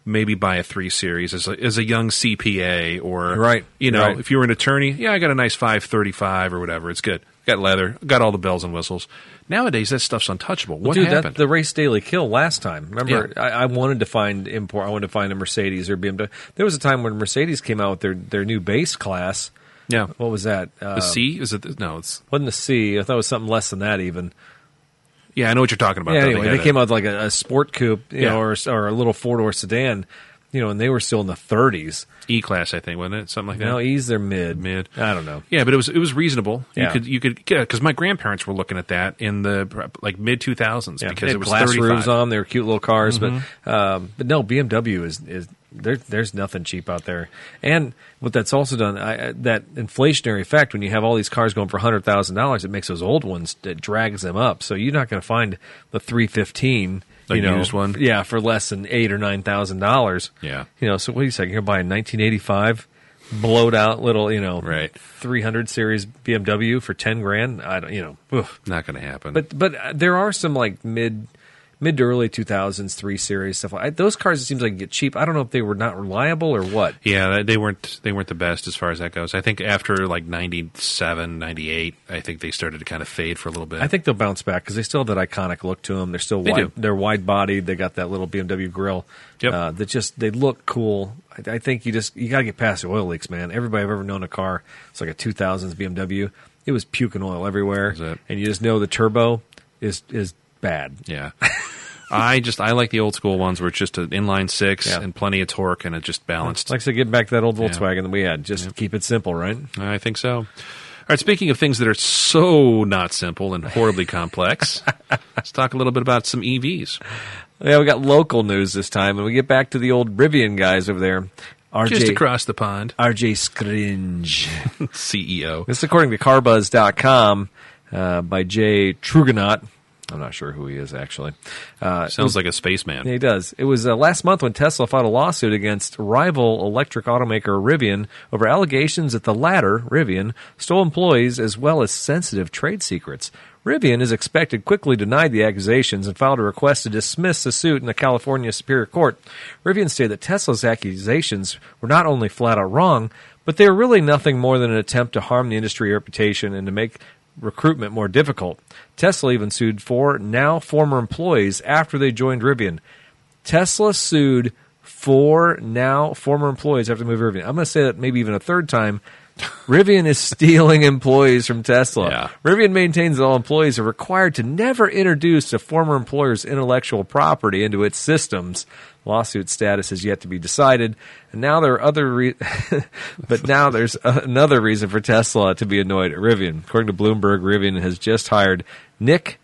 S4: maybe buy a three series as a, as a young CPA or
S3: Right,
S4: You know,
S3: right.
S4: if you were an attorney, yeah, I got a nice 535 or whatever. It's good. Got leather. Got all the bells and whistles. Nowadays, that stuff's untouchable. What
S3: Dude,
S4: happened?
S3: That, the race daily kill last time. Remember, I, I wanted to find import. I wanted to find a Mercedes or BMW. There was a time when Mercedes came out with their, their new base class.
S4: yeah.
S3: What was that? Uh,
S4: the C is it? the- No, it's
S3: Wasn't the C? I thought it was something less than that. Even
S4: yeah. I know what you're talking about.
S3: yeah.
S4: though.
S3: Anyway,
S4: had
S3: they
S4: a-
S3: came out with like a, a sport coupe, you
S4: Yeah.
S3: know, or, or a little four door sedan, you know, and they were still in the 30s.
S4: E class, I think, wasn't it? Something like that.
S3: Now E's their mid.
S4: mid.
S3: I don't know.
S4: Yeah, but it was it was reasonable. You
S3: E- Yeah.
S4: could you could yeah, because my grandparents were looking at that in the like mid two thousands
S3: Yeah, they
S4: because
S3: had
S4: it was
S3: glass
S4: thirty
S3: roofs
S4: five. Mm-hmm.
S3: on. They were cute little cars, but um, but no, BMW is is there. There's nothing cheap out there. And what that's also done, I, I- that inflationary effect when you have all these cars going for hundred thousand dollars, it makes those old ones it drags them up. So you're not going to find the three fifteen.
S4: The
S3: you know,
S4: used one?
S3: yeah, for less than eight or nine thousand dollars.
S4: Yeah.
S3: you know. So wait a second, you're buying 1985 blowed out little, you know,
S4: Right.
S3: 300 series BMW for ten grand. I don't, you know, oof.
S4: Not going to happen.
S3: But but uh, there are some like mid mid to early 2000s 3 series stuff like I, those cars it seems like get cheap. I don't know if they were not reliable or what.
S4: yeah, they weren't they weren't the best as far as that goes. I think after like 97, 98, I think they started to kind of fade for a little bit.
S3: I think they'll bounce back because they still have that iconic look to them. They're still
S4: They do.
S3: wide, they're wide bodied. They got that little BMW grill.
S4: Yep.
S3: Uh, that just they look cool. I, I think you just you got to get past the oil leaks, man. Everybody I've ever known a car, it's like a 2000s BMW. It was puking oil everywhere,
S4: Is it?
S3: and you just know the turbo is is bad.
S4: yeah. [laughs] I just I like the old school ones where it's just an inline six
S3: Yeah.
S4: and plenty of torque and it just balanced.
S3: Like I said, get back to that old Volkswagen that we had. Just keep it simple, right?
S4: I think so. All right, speaking of things that are so not simple and horribly
S3: [laughs]
S4: complex, let's talk a little bit about some E EVs.
S3: Yeah, we got local news this time, and we get back to the old Rivian guys over there. RJ,
S4: Just across the pond, [laughs] E
S3: RJ Scringe.
S4: CEO.
S3: this is according to carbuzz.com uh, by Jay Truganot. I'm not sure who he is actually. Uh,
S4: Sounds like a spaceman.
S3: he does. It was uh, last month when Tesla filed a lawsuit against rival electric automaker Rivian over allegations that the latter, Rivian, stole employees as well as sensitive trade secrets. Rivian is expected quickly denied the accusations and filed a request to dismiss the suit in the California Superior Court. Rivian stated that Tesla's accusations were not only flat out wrong, but they were really nothing more than an attempt to harm the industry reputation and to make recruitment more difficult. Tesla even sued four now former employees after they joined Rivian. Tesla sued four now former employees after moving Rivian. I'm going to say that maybe even a third time. Rivian is stealing employees from Tesla.
S4: Yeah.
S3: Rivian maintains that all employees are required to never introduce a former employer's intellectual property into its systems. Lawsuit status is yet to be decided, and now there are other, re- [laughs] but now there's another reason for Tesla to be annoyed at Rivian. According to Bloomberg, Rivian has just hired Nick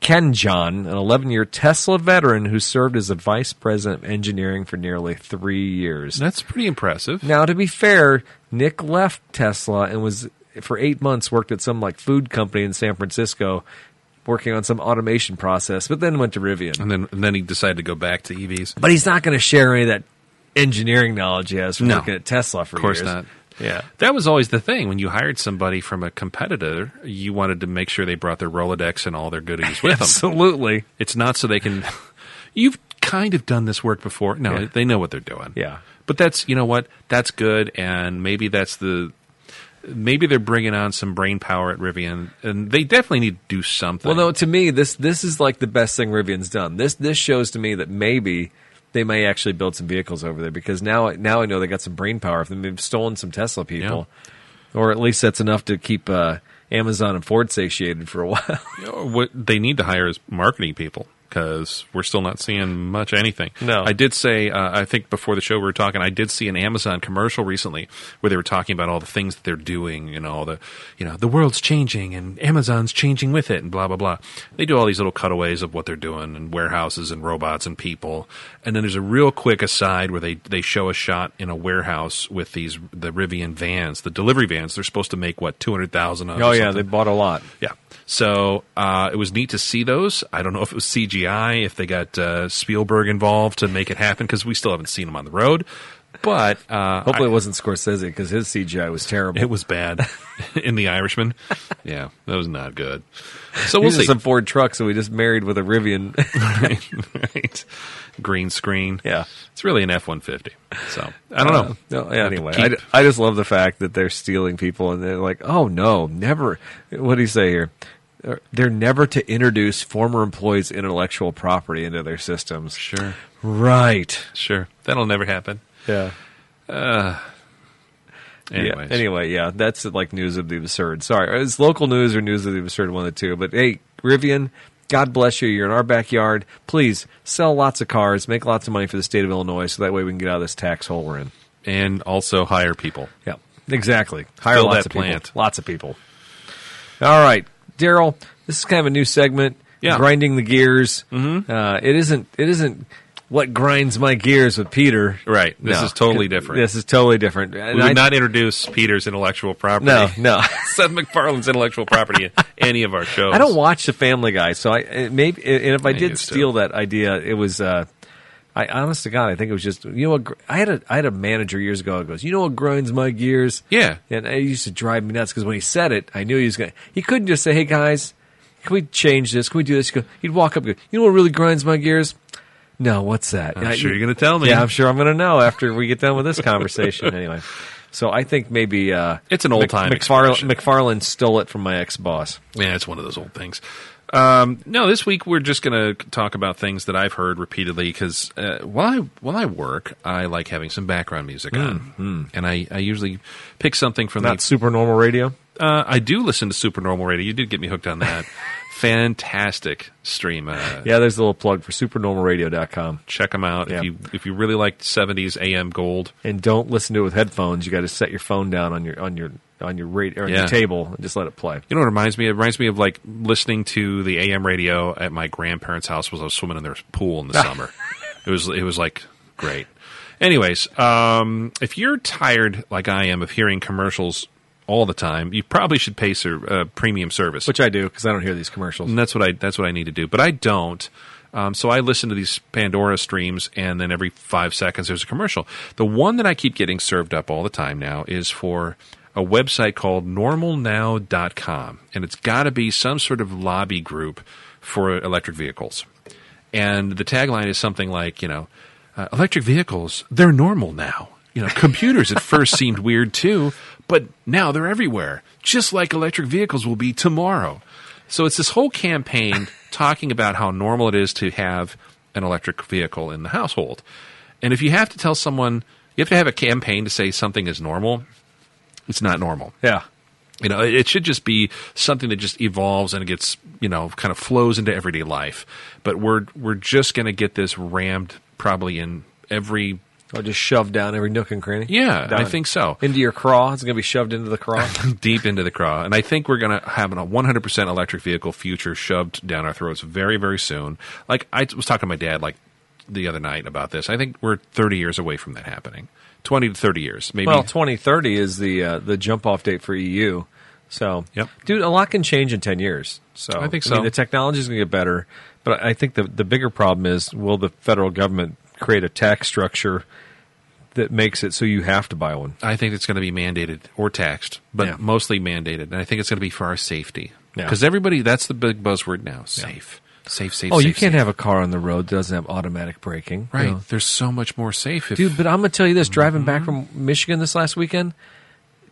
S3: Kenjon, an 11-year Tesla veteran who served as the vice president of engineering for nearly three years.
S4: That's pretty impressive.
S3: Now, to be fair, Nick left Tesla and was for eight months worked at some like food company in San Francisco, working on some automation process, but then went to Rivian.
S4: And then and then he decided to go back to E EVs.
S3: But he's not going to share any of that engineering knowledge he has from
S4: No.
S3: working at Tesla for
S4: Of course
S3: years.
S4: not.
S3: Yeah.
S4: That was always the thing. When you hired somebody from a competitor, you wanted to make sure they brought their Rolodex and all their goodies
S3: [laughs]
S4: with them.
S3: Absolutely.
S4: It's not so they
S3: [laughs]
S4: can. You've kind of done this work before. No,
S3: Yeah.
S4: they know what they're doing.
S3: Yeah.
S4: But that's, you know what? That's good. And maybe that's the. Maybe they're bringing on some brain power at Rivian. And they definitely need to do something.
S3: Well, no, to me, this this is like the best thing Rivian's done. This this shows to me that maybe they may actually build some vehicles over there because now now I know they got some brain power. If they've stolen some Tesla people, or at least that's enough to keep uh, Amazon and Ford satiated for a [laughs] while.
S4: what they need to hire is marketing people because we're still not seeing much anything.
S3: No.
S4: I did say uh, I think before the show we were talking. I did see an Amazon commercial recently where they were talking about all the things that they're doing and all the you know the world's changing and Amazon's changing with it and blah blah blah. They do all these little cutaways of what they're doing and warehouses and robots and people. And then there's a real quick aside where they they show a shot in a warehouse with these the Rivian vans, the delivery vans. They're supposed to make what two hundred thousand of. or
S3: oh yeah,
S4: something.
S3: they bought a lot.
S4: Yeah. So uh, it was neat to see those. I don't know if it was CGI, if they got uh, Spielberg involved to make it happen, because we still haven't seen him on the road. But uh,
S3: [laughs] Hopefully,
S4: I-
S3: it wasn't Scorsese because his CGI was terrible.
S4: it was bad [laughs] in The Irishman. Yeah, that was not good. So we'll
S3: These are
S4: see.
S3: some Ford trucks that we just married with a Rivian. [laughs]
S4: [laughs] right. Green screen.
S3: Yeah.
S4: It's really an F 150. So I don't know.
S3: No,
S4: Have to
S3: anyway,
S4: Uh, keep-
S3: I, I just love the fact that they're stealing people and they're like, oh no, never. What do you say here? Uh, They're never to introduce former employees' intellectual property into their systems.
S4: Sure.
S3: Right.
S4: Sure. That'll never happen.
S3: Yeah.
S4: Anyways.
S3: Yeah. Anyway, yeah, that's like news of the absurd. Sorry, it's local news or news of the absurd, one of the two. But hey, Rivian, God bless you. You're in our backyard. Please sell lots of cars, make lots of money for the state of Illinois, so that way we can get out of this tax hole we're in.
S4: And also hire people.
S3: Yeah, exactly. Hire
S4: Fill
S3: lots
S4: that
S3: of
S4: plant.
S3: people. Lots of people. All right, Daryl. This is kind of a new segment.
S4: Yeah.
S3: grinding the gears. Mm-hmm. Uh, it isn't. It isn't what grinds my gears with Peter.
S4: Right. This is totally different.
S3: This is totally different.
S4: We would not introduce Peter's intellectual property.
S3: No, no.
S4: Seth MacFarlane's intellectual property in any of our shows.
S3: I don't watch the Family Guy, so I it maybe. eh, And if I, did
S4: used to.
S3: steal that idea, it was. Uh, I honest to God, I think it was just you know. what gr- I had a I had a manager years ago. who goes, you know what grinds my gears?
S4: Yeah.
S3: and it used to drive me nuts because when he said it, I knew he was going. to He couldn't just say, "Hey guys, can we change this? Can we do this?" He'd go- He'd walk up, and go, "You know what really grinds my gears? No, what's that?"
S4: I'm sure you're going to tell me.
S3: Yeah, I'm sure I'm going to know after we get done with this conversation. [laughs] anyway, so I think maybe uh,
S4: It's an old-time
S3: McFarlane,
S4: expression.
S3: McFarlane stole it from my ex boss.
S4: Yeah, it's one of those old things. Um, no, this week we're just going to talk about things that I've heard repeatedly because uh, while I while I work, I like having some background music on,
S3: Mm,
S4: and I, I usually pick something from
S3: Not
S4: the
S3: super normal radio.
S4: uh, I do listen to Supernormal Radio. You did get me hooked on
S3: [laughs]
S4: that. Fantastic stream. Uh,
S3: Yeah, there's a little plug for supernormalradio.com.
S4: Check them out
S3: Yeah.
S4: if you if you really like seventies AM gold.
S3: And don't listen to it with headphones. You got to set your phone down on your on your on your radio or on
S4: Yeah.
S3: your table and just let it play.
S4: You know what it reminds me? It reminds me of like listening to the AM radio at my grandparents' house while I was swimming in their pool in the summer. it was it was like great. Anyways, um, if you're tired like I am of hearing commercials all the time. You probably should pay ser- uh, premium service,
S3: which I do because I don't hear these commercials.
S4: and that's what I that's what I need to do. But I don't. Um, so I listen to these Pandora streams, and then every five seconds there's a commercial. The one that I keep getting served up all the time now is for a website called normalnow.com, and it's got to be some sort of lobby group for electric vehicles. And the tagline is something like, you know, uh, electric vehicles, they're normal now. You know, computers at first seemed weird too, but now they're everywhere, just like electric vehicles will be tomorrow. So it's this whole campaign talking about how normal it is to have an electric vehicle in the household. And if you have to tell someone, you have to have a campaign to say something is normal, it's not normal.
S3: Yeah.
S4: You know, it should just be something that just evolves and it gets, you know, kind of flows into everyday life. But we're we're just going to get this rammed probably in every
S3: I'll just shove down every nook and cranny.
S4: yeah, I
S3: Done.
S4: think so.
S3: Into your craw. It's going to be shoved into the
S4: [laughs]
S3: craw.
S4: Deep into the craw. And I think we're going to have a 100% electric vehicle future shoved down our throats very, very soon. Like, I was talking to my dad, like, the other night about this. I think we're 30 years away from that happening. 20 to 30 years, maybe.
S3: well, 2030 is the uh, the jump off date for EU. So,
S4: Yep.
S3: dude, a lot can change in 10 years. So
S4: I think so.
S3: mean, the technology is going to get better, but I think the the bigger problem is will the federal government create a tax structure that makes it so you have to buy one?
S4: I think it's going to be mandated or taxed, but
S3: Yeah.
S4: mostly mandated. And I think it's going to be for our safety.
S3: Yeah.
S4: Because everybody, that's the big buzzword now safe. Safe, safe,
S3: Oh,
S4: safe,
S3: you can't
S4: safe.
S3: have a car on the road that doesn't have automatic braking.
S4: Right.
S3: You know.
S4: There's so much more safe if
S3: Dude, but I'm going to tell you this driving back
S4: Mm-hmm.
S3: from Michigan this last weekend,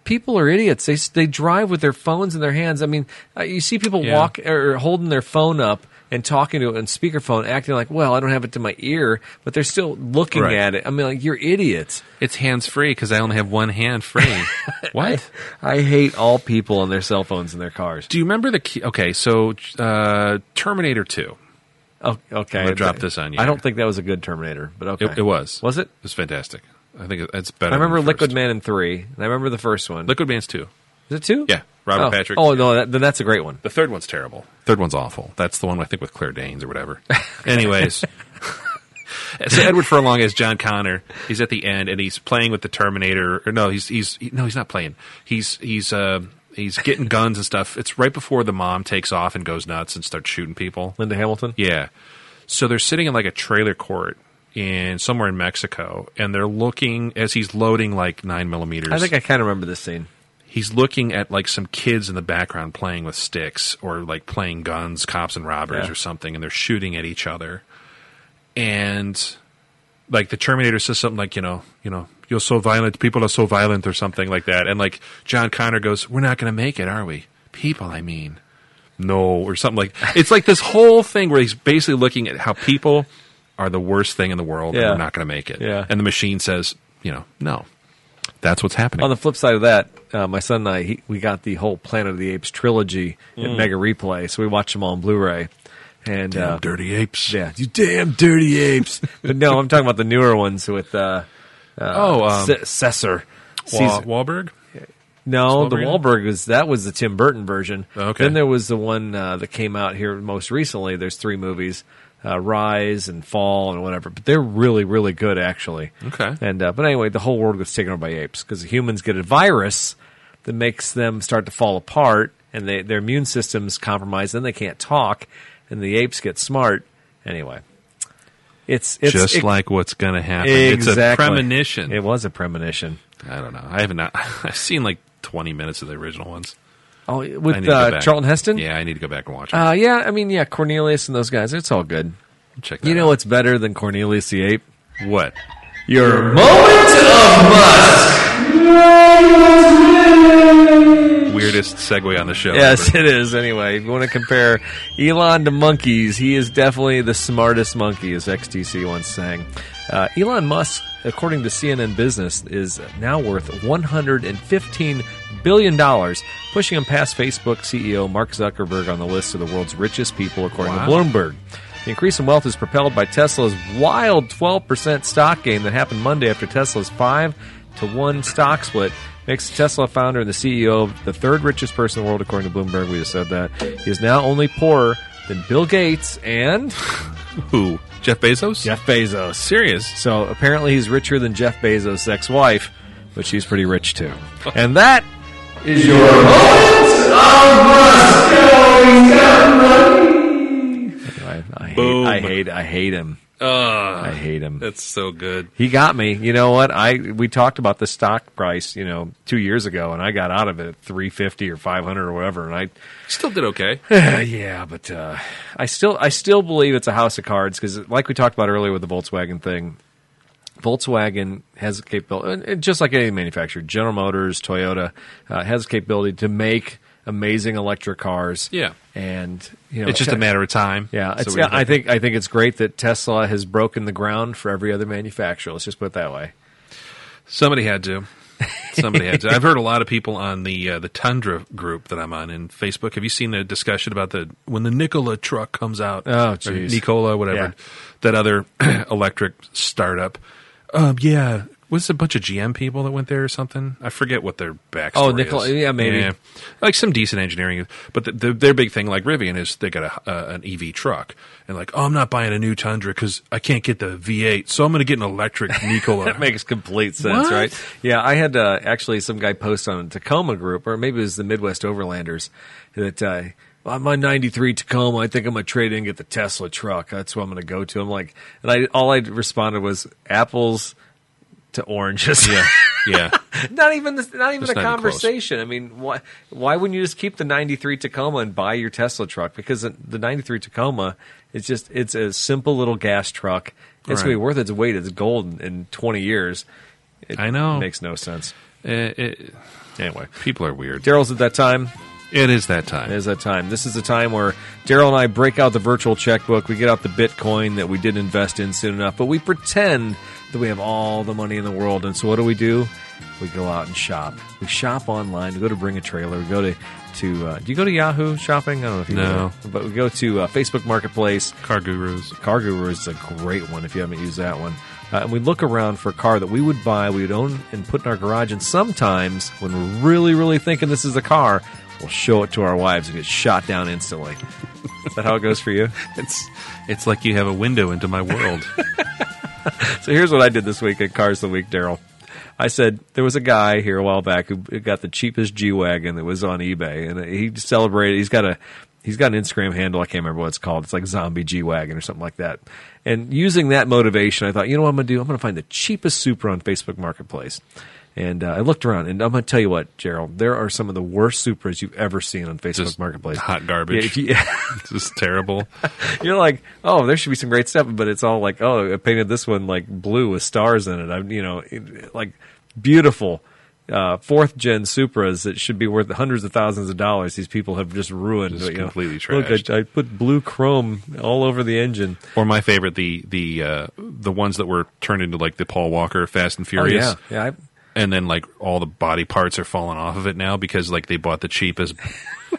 S3: people are idiots. They, s- they drive with their phones in their hands. I mean, uh, you see people
S4: Yeah.
S3: walk or holding their phone up and talking to it on speakerphone, acting like, well, I don't have it to my ear, but they're still looking
S4: Right.
S3: at it. I mean, like, you're idiots.
S4: it's hands free because I only have one hand
S3: [laughs]
S4: free. [laughs] what?
S3: I hate all people on their cell phones in their cars.
S4: Do you remember the key? Okay, so uh, Terminator 2.
S3: Oh, okay.
S4: I'm gonna drop this on you.
S3: I don't think that was a good Terminator, but okay.
S4: It, it was.
S3: Was it?
S4: It was fantastic. I think it- it's better.
S3: I remember
S4: than the
S3: Liquid
S4: first.
S3: Man in three, and I remember the first one.
S4: Liquid Man's 2.
S3: Is it two?
S4: Yeah, Robert
S3: Oh.
S4: Patrick.
S3: Oh, no, that, then that's a great one.
S4: The third one's terrible. Third one's awful. That's the one I think with Claire Danes or [laughs] whatever. [laughs] Anyways. so Edward Furlong as John Connor. He's at the end and he's playing with the Terminator. Or no, he's he's he- no, he's not playing. He's he's uh, he's getting guns and stuff. It's right before the mom takes off and goes nuts and starts shooting people.
S3: Linda Hamilton?
S4: Yeah. So they're sitting in like a trailer court in somewhere in Mexico, and they're looking as he's loading like nine millimeters.
S3: I think I kind of remember this scene.
S4: he's looking at like some kids in the background playing with sticks or like playing guns, cops and robbers
S3: Yeah.
S4: or something, and they're shooting at each other. And like the Terminator says something like, you know, you know, you're so violent, people are so violent or something like that. And like John Connor goes, We're not gonna make it, are we? People, I mean. No, or something
S3: [laughs]
S4: like it's like this whole thing where he's basically looking at how people are the worst thing in the world
S3: Yeah.
S4: and we're not gonna make it.
S3: Yeah.
S4: And the machine says, you know, no. That's what's happening.
S3: On the flip side of that, uh, my son and I he, we got the whole Planet of the Apes trilogy at Mega Replay, so we watched them all on Blu-ray. And
S4: Mm. Damn
S3: uh,
S4: dirty apes.
S3: yeah, you damn
S4: [laughs]
S3: dirty apes. but no, I'm talking about the newer ones with uh,
S4: Oh, um,
S3: Ce- Cesar.
S4: Wa-
S3: Caesar.
S4: Wahlberg.
S3: no, the
S4: Wahlberg?
S3: Wahlberg was that was the Tim Burton version.
S4: Okay.
S3: Then there was the one uh, that came out here most recently. There's three movies: uh, Rise and Fall and whatever. But they're really, really good actually.
S4: Okay.
S3: And uh, but anyway, the whole world gets taken over by apes because humans get a virus that makes them start to fall apart, and they, their immune system's compromised. Then they can't talk, and the apes get smart. Anyway, it's it's
S4: just
S3: it-
S4: like what's going to happen. It's a
S3: exactly.
S4: premonition.
S3: It was a premonition.
S4: I don't know. I have not. [laughs] I've seen like twenty minutes of the original ones.
S3: Oh,
S4: I
S3: with
S4: need to go
S3: uh,
S4: back.
S3: Charlton Heston.
S4: Yeah, I need to go back and watch. Them.
S3: Uh, yeah, I mean, yeah, Cornelius and those guys. It's all good.
S4: Check. That
S3: You know
S4: out.
S3: what's better than Cornelius the ape?
S4: What?
S3: [laughs] Your moment of must.
S4: Weirdest segue on the show.
S3: Yes,
S4: ever.
S3: it is. Anyway, if you want to compare Elon to monkeys, he is definitely the smartest monkey, as XTC once sang. Uh, Elon Musk, according to CNN Business, is now worth $115 billion, pushing him past Facebook CEO Mark Zuckerberg on the list of the world's richest people, according
S4: Wow.
S3: to Bloomberg. The increase in wealth is propelled by Tesla's wild 12% stock gain that happened Monday after Tesla's 5 to 1 stock split. Makes Tesla founder and the CEO of the third richest person in the world, according to Bloomberg. We just said that. He is now only poorer than Bill Gates and
S4: Who? Jeff Bezos.
S3: Jeff Bezos.
S4: Serious.
S3: So apparently he's richer than Jeff Bezos' ex wife, but she's pretty rich too. And that
S5: is your moment of
S3: I, I, hate,
S4: Boom.
S3: I hate I hate him. I hate him.
S4: Ah, That's so good.
S3: He got me. You know what? I we talked about the stock price, you know, two years ago, and I got out of it at three fifty or five hundred or whatever. And
S4: Still did
S3: [laughs]
S4: okay.
S3: I, yeah, but uh, I still I still believe it's a house of cards because, like we talked about earlier with the Volkswagen thing, Volkswagen has the capability, and- and just like any manufacturer, General Motors, Toyota uh, has the capability to make amazing electric cars.
S4: Yeah.
S3: and you know,
S4: It's just a matter of time.
S3: Yeah,
S4: So
S3: it's,
S4: we-
S3: yeah, I think I think it's great that Tesla has broken the ground for every other manufacturer. Let's just put it that way.
S4: Somebody had to. Somebody had to. I've heard a lot of people on the uh, the Tundra group that I'm on in Facebook. Have you seen the discussion about the when the Nikola truck comes out?
S3: Oh,
S4: or
S3: jeez.
S4: Nikola, whatever
S3: Yeah.
S4: that other [clears throat] electric startup. Um, yeah, was it a bunch of GM people that went there or something? I forget what their backstory.
S3: Oh, Nikola-
S4: is.
S3: yeah, maybe.
S4: like some decent engineering. But the, the, their big thing, like Rivian, is they got a, uh, an EV truck and like, oh, I'm not buying a new Tundra because I can't get the V8, so I'm going to get an electric Nikola. [laughs]
S3: [laughs] That makes complete sense,
S4: What?
S3: right? Yeah, I had uh, actually some guy post on a Tacoma group, or maybe it was the Midwest Overlanders, that uh, well, my '93 Tacoma. I think I'm gonna trade in and get the Tesla truck. That's what I'm gonna go to. I'm like, and I all I responded was apples to oranges. [laughs]
S4: yeah, yeah.
S3: not even this, not even
S4: That's not even
S3: a
S4: close.
S3: conversation. I mean, why why wouldn't you just keep the '93 Tacoma and buy your Tesla truck? Because the- the '93 Tacoma it's just it's a simple little gas truck. It's gonna be
S4: Right.
S3: worth its weight. It's gold in, in 20 years. It
S4: I know.
S3: makes no sense. Uh,
S4: Eh, eh,
S3: Anyway,
S4: people are weird.
S3: Daryl's at that time.
S4: It is that time.
S3: It is that time. This is the time where Daryl and I break out the virtual checkbook. We get out the Bitcoin that we didn't invest in soon enough, but we pretend that we have all the money in the world. And so what do we do? We go out and shop. We shop online. We go to Bring a Trailer. We go to to uh, do you go to Yahoo shopping? I don't know if you do
S4: No.
S3: that. but we go to uh, Facebook Marketplace.
S4: Car gurus.
S3: Car Guru is a great one if you haven't used that one. Uh, and we look around for a car that we would buy, we would own, and put in our garage. And sometimes, when we're really, really thinking this is the car, we'll show it to our wives and get shot down instantly. is that how it goes for you?
S4: It's it's like you have a window into my
S3: [laughs]
S4: world.
S3: So here's what I did this week at Cars of the Week, Daryl. I said there was a guy here a while back who got the cheapest G wagon that was on eBay, and he celebrated. He's got a he's got an Instagram handle. I can't remember what it's called. It's like Zombie G wagon or something like that. And using that motivation, I thought, you know what I'm going to do? I'm going to find the cheapest Supra on Facebook Marketplace. And uh, I looked around, and I'm going to tell you what, Gerald, there are some of the worst Supras you've ever seen on Facebook
S4: Just
S3: Marketplace.
S4: hot
S3: Yeah,
S4: garbage.
S3: if [laughs] you-
S4: [laughs] This is terrible.
S3: you're like, oh, there should be some great stuff, but it's all like, oh, I painted this one like blue with stars in it. I'm, you know, it, like beautiful uh, fourth gen Supras that should be worth hundreds of thousands of dollars. These people have just ruined.
S4: Just
S3: you know.
S4: completely
S3: Look,
S4: trashed.
S3: I, I put blue chrome all over the engine.
S4: Or my favorite, the the uh, the ones that were turned into like the Paul Walker Fast and
S3: Oh,
S4: Furious.
S3: yeah, yeah. I,
S4: And then like all the body parts are falling off of it now because like they bought the
S3: [laughs]
S4: cheapest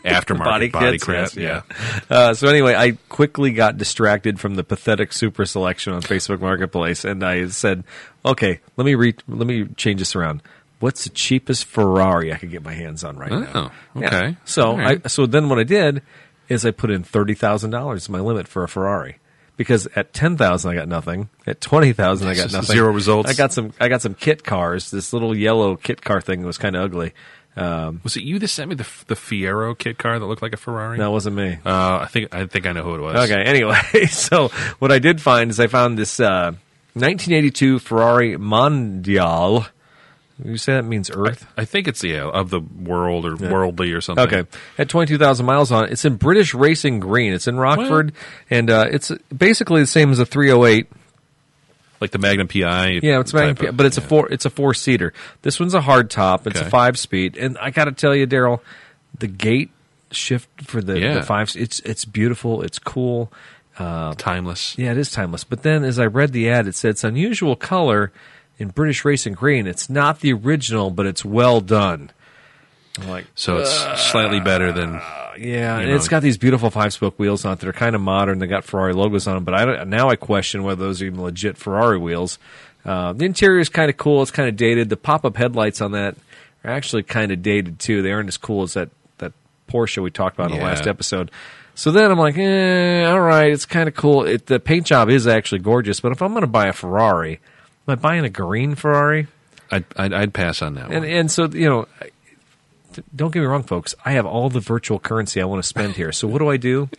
S4: aftermarket
S3: body,
S4: body,
S3: kits,
S4: crap.
S3: yes, yeah. Uh, so anyway, I quickly got distracted from the pathetic super selection on Facebook Marketplace, and I said, "Okay, let me re- let me change this around. What's the cheapest Ferrari I could get my hands on right now?"
S4: Oh,
S3: Yeah.
S4: okay.
S3: So
S4: All right.
S3: I so then what I did is I put in thirty thousand dollars as my limit for a Ferrari. Because at ten thousand I got nothing. At twenty thousand I got nothing.
S4: Zero results.
S3: I got some. I got some kit cars. This little yellow kit car thing that was kind of ugly.
S4: Was it you that sent me the the Fiero kit car that looked like a Ferrari?
S3: That wasn't me.
S4: Uh, I think I think I know who it was.
S3: Okay. Anyway, [laughs] so what I did find is I found this uh, 1982 Ferrari Mondial. You say that means Earth?
S4: I think it's yeah of the world or worldly or something.
S3: Okay. At 22,000 miles on it. It's in British Racing Green. It's in Rockford, and uh, it's basically the same as a 308.
S4: like the Magnum PI.
S3: Yeah, it's Magnum,
S4: type of-
S3: but it's a
S4: yeah.
S3: four. It's a four seater. This one's a hard top. It's a
S4: Okay.
S3: five speed, and I got to tell you, Daryl, the gate shift for the,
S4: Yeah.
S3: the five. It's it's beautiful. It's cool.
S4: timeless.
S3: Yeah, it is timeless. But then as I read the ad, it said it's unusual color in British Racing Green. It's not the original, but it's well done. I'm like,
S4: So it's slightly better than
S3: yeah,
S4: You
S3: and
S4: know.
S3: it's got these beautiful five spoke wheels on it. They're kind of modern. They got Ferrari logos on them, but I don't, now I question whether those are even legit Ferrari wheels. Uh, the interior is kind of cool. It's kind of dated. The pop up headlights on that are actually kind of dated too. They aren't as cool as that that Porsche we talked about in the
S4: Yeah.
S3: last episode. So then I'm like, eh, all right, it's kind of cool. It, the paint job is actually gorgeous, but if I'm going to buy a Ferrari, am I buying a green Ferrari?
S4: I'd, I'd, I'd pass on that
S3: And
S4: one.
S3: and so you know, I- d- don't get me wrong, folks. I have all the virtual currency I want to spend here. So what do I do?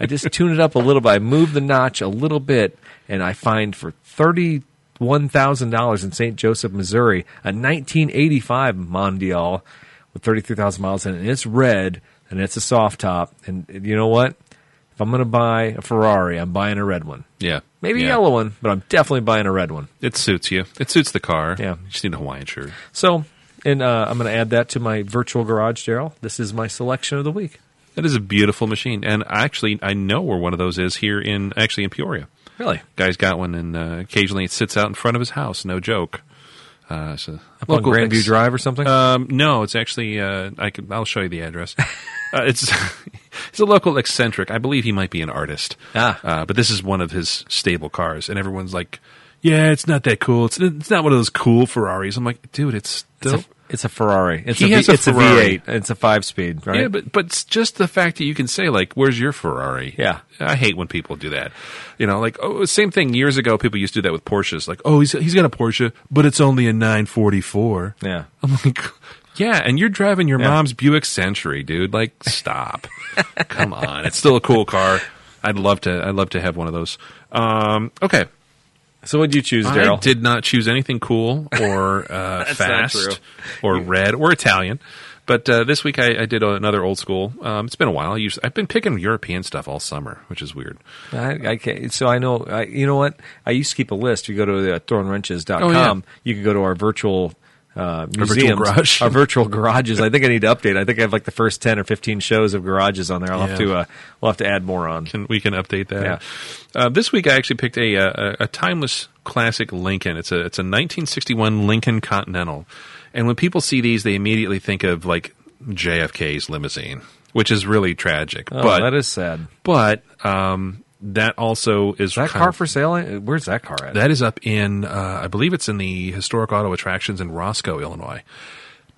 S3: I just tune it up a little bit. I move the notch a little bit, and I find for thirty one thousand dollars in St. Joseph, Missouri, a nineteen eighty five Mondial with thirty three thousand miles in it. And it's red, and it's a soft top. And you know what? If I'm going to buy a Ferrari, I'm buying a red one.
S4: Yeah.
S3: Maybe
S4: Yeah.
S3: a yellow one, but I'm definitely buying a red one.
S4: It suits you. It suits the car.
S3: Yeah.
S4: You just need a Hawaiian shirt.
S3: So, and uh, I'm going to add that to my virtual garage, Daryl. This is my selection of the week.
S4: That is a beautiful machine. And actually, I know where one of those is here in, actually in Peoria.
S3: Really?
S4: Guy's got one, and uh, occasionally it sits out in front of his house. No joke. Uh, it's a
S3: on Grandview
S4: ex-
S3: Drive or something?
S4: Um, no, it's actually uh, I could, I'll show you the
S3: [laughs]
S4: address. uh, it's [laughs] it's a local eccentric. I believe he might be an artist.
S3: Ah.
S4: uh, but this is one of his stable cars, and everyone's like, "Yeah, it's not that cool. It's it's not one of those cool Ferraris." I'm like, "Dude, it's
S3: it's,
S4: still."
S3: a, it's a Ferrari. It's,
S4: He
S3: a, v,
S4: has a
S3: it's
S4: Ferrari.
S3: a V8. It's a five speed, right?
S4: Yeah, but but it's just the fact that you can say like, "Where's your Ferrari?"
S3: Yeah.
S4: I hate when people do that. You know, like oh, same thing. Years ago, people used to do that with Porsches. Like, oh, he's he's got a Porsche, but it's only a 944.
S3: Yeah.
S4: I'm like, yeah, and you're driving your
S3: Yeah.
S4: mom's Buick Century, dude. Like, stop. [laughs] Come on, it's still a cool car. I'd love to. I'd love to have one of those. Um, okay,
S3: So what'd you choose,
S4: I
S3: Daryl?
S4: did not choose anything cool or
S3: [laughs]
S4: uh,
S3: not true.
S4: fast or red or Italian. But uh, this week I, I did another old school. Um, it's been a while. I usually, I've been picking European stuff all summer, which is weird.
S3: I, I can't, so I know, I, you know what? I used to keep a list. You go to uh, thornwrenches.com.
S4: Oh, yeah.
S3: You can go to our virtual uh, museums,
S4: garage.
S3: our virtual garages. I think I need to update. I think I have like the first 10 or 15 shows of garages on there. I'll have
S4: Yeah.
S3: to, uh, we'll have to add more on.
S4: Can we can update that? Uh, this week I actually picked a, uh, a a timeless classic Lincoln. It's a it's a 1961 Lincoln Continental, and when people see these, they immediately think of like JFK's limousine, which is really tragic.
S3: Oh,
S4: but
S3: that is sad.
S4: but um, that also is
S3: That
S4: kind
S3: car
S4: of-
S3: for sale? eh, Where's that car at?
S4: That is up in, uh, I believe it's in the Historic Auto Attractions in Roscoe, Illinois.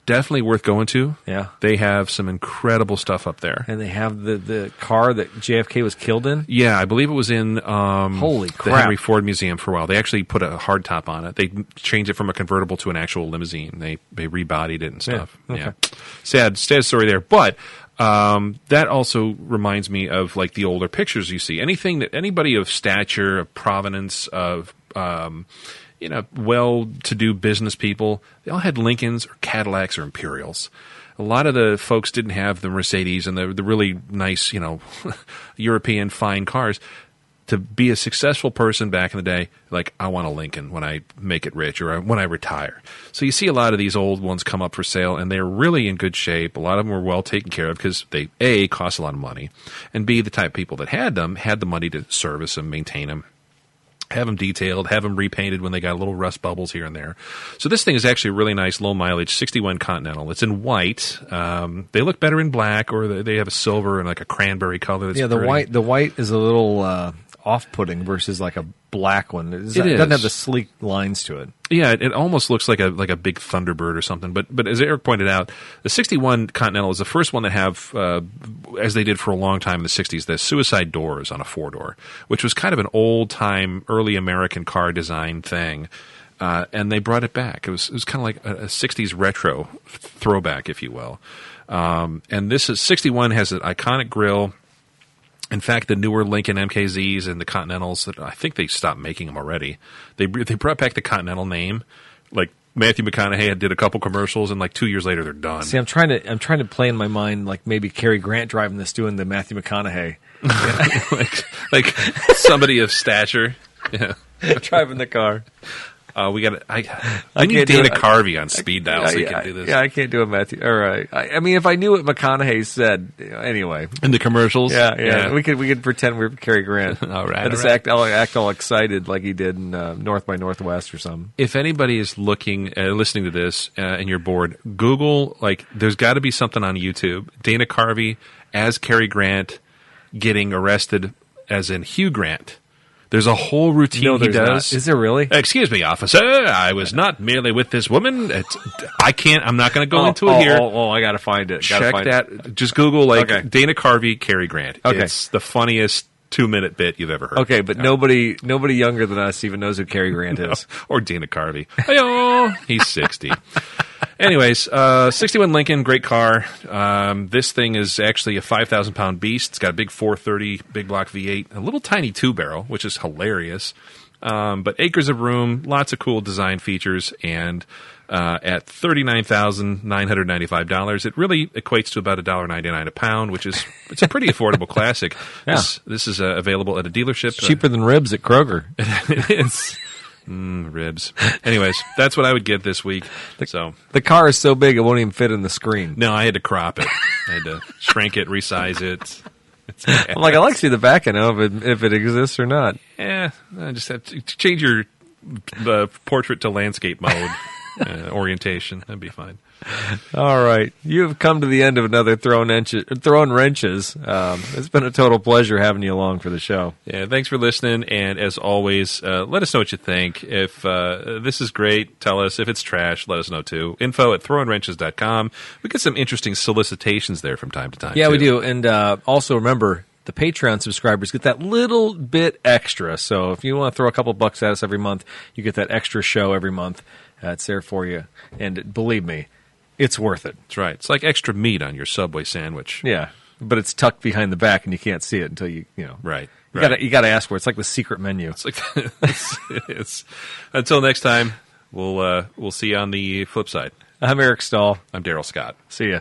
S4: Definitely worth going to.
S3: Yeah.
S4: They have some incredible stuff up there.
S3: and they have the, the car that JFK was killed in.
S4: yeah, I believe it was in um,
S3: Holy
S4: the
S3: crap.
S4: Henry Ford Museum for a while. They actually put a hard top on it. They changed it from a convertible to an actual limousine. They they rebodied it and stuff.
S3: Yeah, okay.
S4: sad sad story there. But um, that also reminds me of like the older pictures you see. Anything that anybody of stature, of provenance, of um, you know, well-to-do business people, they all had Lincolns or Cadillacs or Imperials. A lot of the folks didn't have the Mercedes and the the really nice, you know, [laughs] European fine cars to be a successful person back in the day, like I want a Lincoln when I make it rich or I- when I retire. So you see a lot of these old ones come up for sale, and they're really in good shape. A lot of them were well taken care of because they a cost a lot of money, and b the type of people that had them had the money to service them, maintain them, have them detailed, have them repainted when they got little rust bubbles here and there. So this thing is actually really nice, low mileage, 61 Continental. It's in white. Um, they look better in black, or they- they have a silver and like a cranberry color. That's
S3: yeah, the
S4: pretty.
S3: white the white is a little uh, off putting versus like a black one. It's-
S4: It
S3: it doesn't
S4: is.
S3: have the sleek lines to it.
S4: Yeah, it, it almost looks like a like a big Thunderbird or something. But but as Eric pointed out, the '61 Continental is the first one that have, uh, as they did for a long time in the '60s, the suicide doors on a four door, which was kind of an old time early American car design thing. Uh, and they brought it back. It was it was kind of like a, a '60s retro throwback, if you will. Um, and this is '61 has an iconic grill. In fact, the newer Lincoln MKZs and the Continentals, that I think they stopped making them already. They they brought back the Continental name. Like Matthew McConaughey had did a couple commercials, and like two years later, they're done.
S3: See, I'm trying to I'm trying to play in my mind like maybe Cary Grant driving this, doing the Matthew McConaughey
S4: like, [laughs] like somebody of stature. Yeah.
S3: driving the car.
S4: Uh, we got. I, I
S3: I
S4: need
S3: can't do
S4: Dana
S3: it. I-
S4: Carvey on speed dial so
S3: I,
S4: he can do this.
S3: Yeah, I can't do a Matthew. All right. I, I mean, if I knew what McConaughey said, you know, anyway.
S4: In the commercials.
S3: Yeah, yeah, We could we could pretend we're Cary Grant.
S4: All right,
S3: I just
S4: all right.
S3: act [laughs] all act all excited like he did in uh, North by Northwest or something.
S4: if anybody is looking uh, listening to this uh, and you're bored, Google like there's got to be something on YouTube. Dana Carvey as Cary Grant getting arrested as in Hugh Grant. There's a whole routine he
S3: there's not.
S4: does.
S3: Is there really?
S4: Excuse me, officer. I was not merely with this woman. It's, I can't. I'm not going to go
S3: Oh,
S4: into it
S3: oh,
S4: here.
S3: Oh, oh, I gotta find it. Gotta
S4: Check
S3: find
S4: that.
S3: It.
S4: Just Google like
S3: Okay.
S4: Dana Carvey, Cary Grant.
S3: Okay.
S4: It's the funniest two minute bit you've ever heard.
S3: Okay, but nobody nobody younger than us even knows who Cary Grant is.
S4: or Dana Carvey. Heyo! He's 60. Anyways, uh, 61 Lincoln, great car. Um, this thing is actually a 5,000 pound beast. It's got a big 430, big block V8, a little tiny two barrel, which is hilarious. Um, but acres of room, lots of cool design features, and uh, at $39,995, it really equates to about $1.99 a pound, which is it's a pretty affordable [laughs] classic.
S3: Yeah.
S4: This, this is uh, available at a dealership. uh,
S6: [laughs] Cheaper than ribs at Kroger. [laughs]
S4: it is. Mm, ribs. Anyways, that's what I would get this week. So
S6: The car is so big it won't even fit in the screen.
S4: no, I had to crop it. I had to shrink it, resize it. It's bad.
S6: I'm like, I'd like to see the back end of it, if it exists or not.
S4: eh, I just have to change your uh, portrait to landscape mode uh, orientation. That'd be fine.
S6: All right. You have come to the end of another Thrown, Enche- thrown Wrenches. Um, it's been a total pleasure having you along for the show.
S4: Yeah, thanks for listening. And as always, uh, let us know what you think. If uh, this is great, tell us. If it's trash, let us know too. Info at throwinwrenches.com. We get some interesting solicitations there from time to time.
S3: Yeah, we
S4: too.
S3: do. And uh, also remember, the Patreon subscribers get that little bit extra. So if you want to throw a couple bucks at us every month, you get that extra show every month. Uh, it's there for you. And believe me, it's worth it.
S4: That's right. It's like extra meat on your Subway sandwich.
S3: Yeah. But it's tucked behind the back and you can't see it until you, you know.
S4: Right.
S3: You
S4: right.
S3: gotta, you gotta ask for it. It's like the secret menu.
S4: It's like [laughs] it's, it's- until next time. We'll uh, we'll see you on the flip side.
S3: I'm Eric Stahl.
S4: I'm Daryl Scott.
S3: See ya.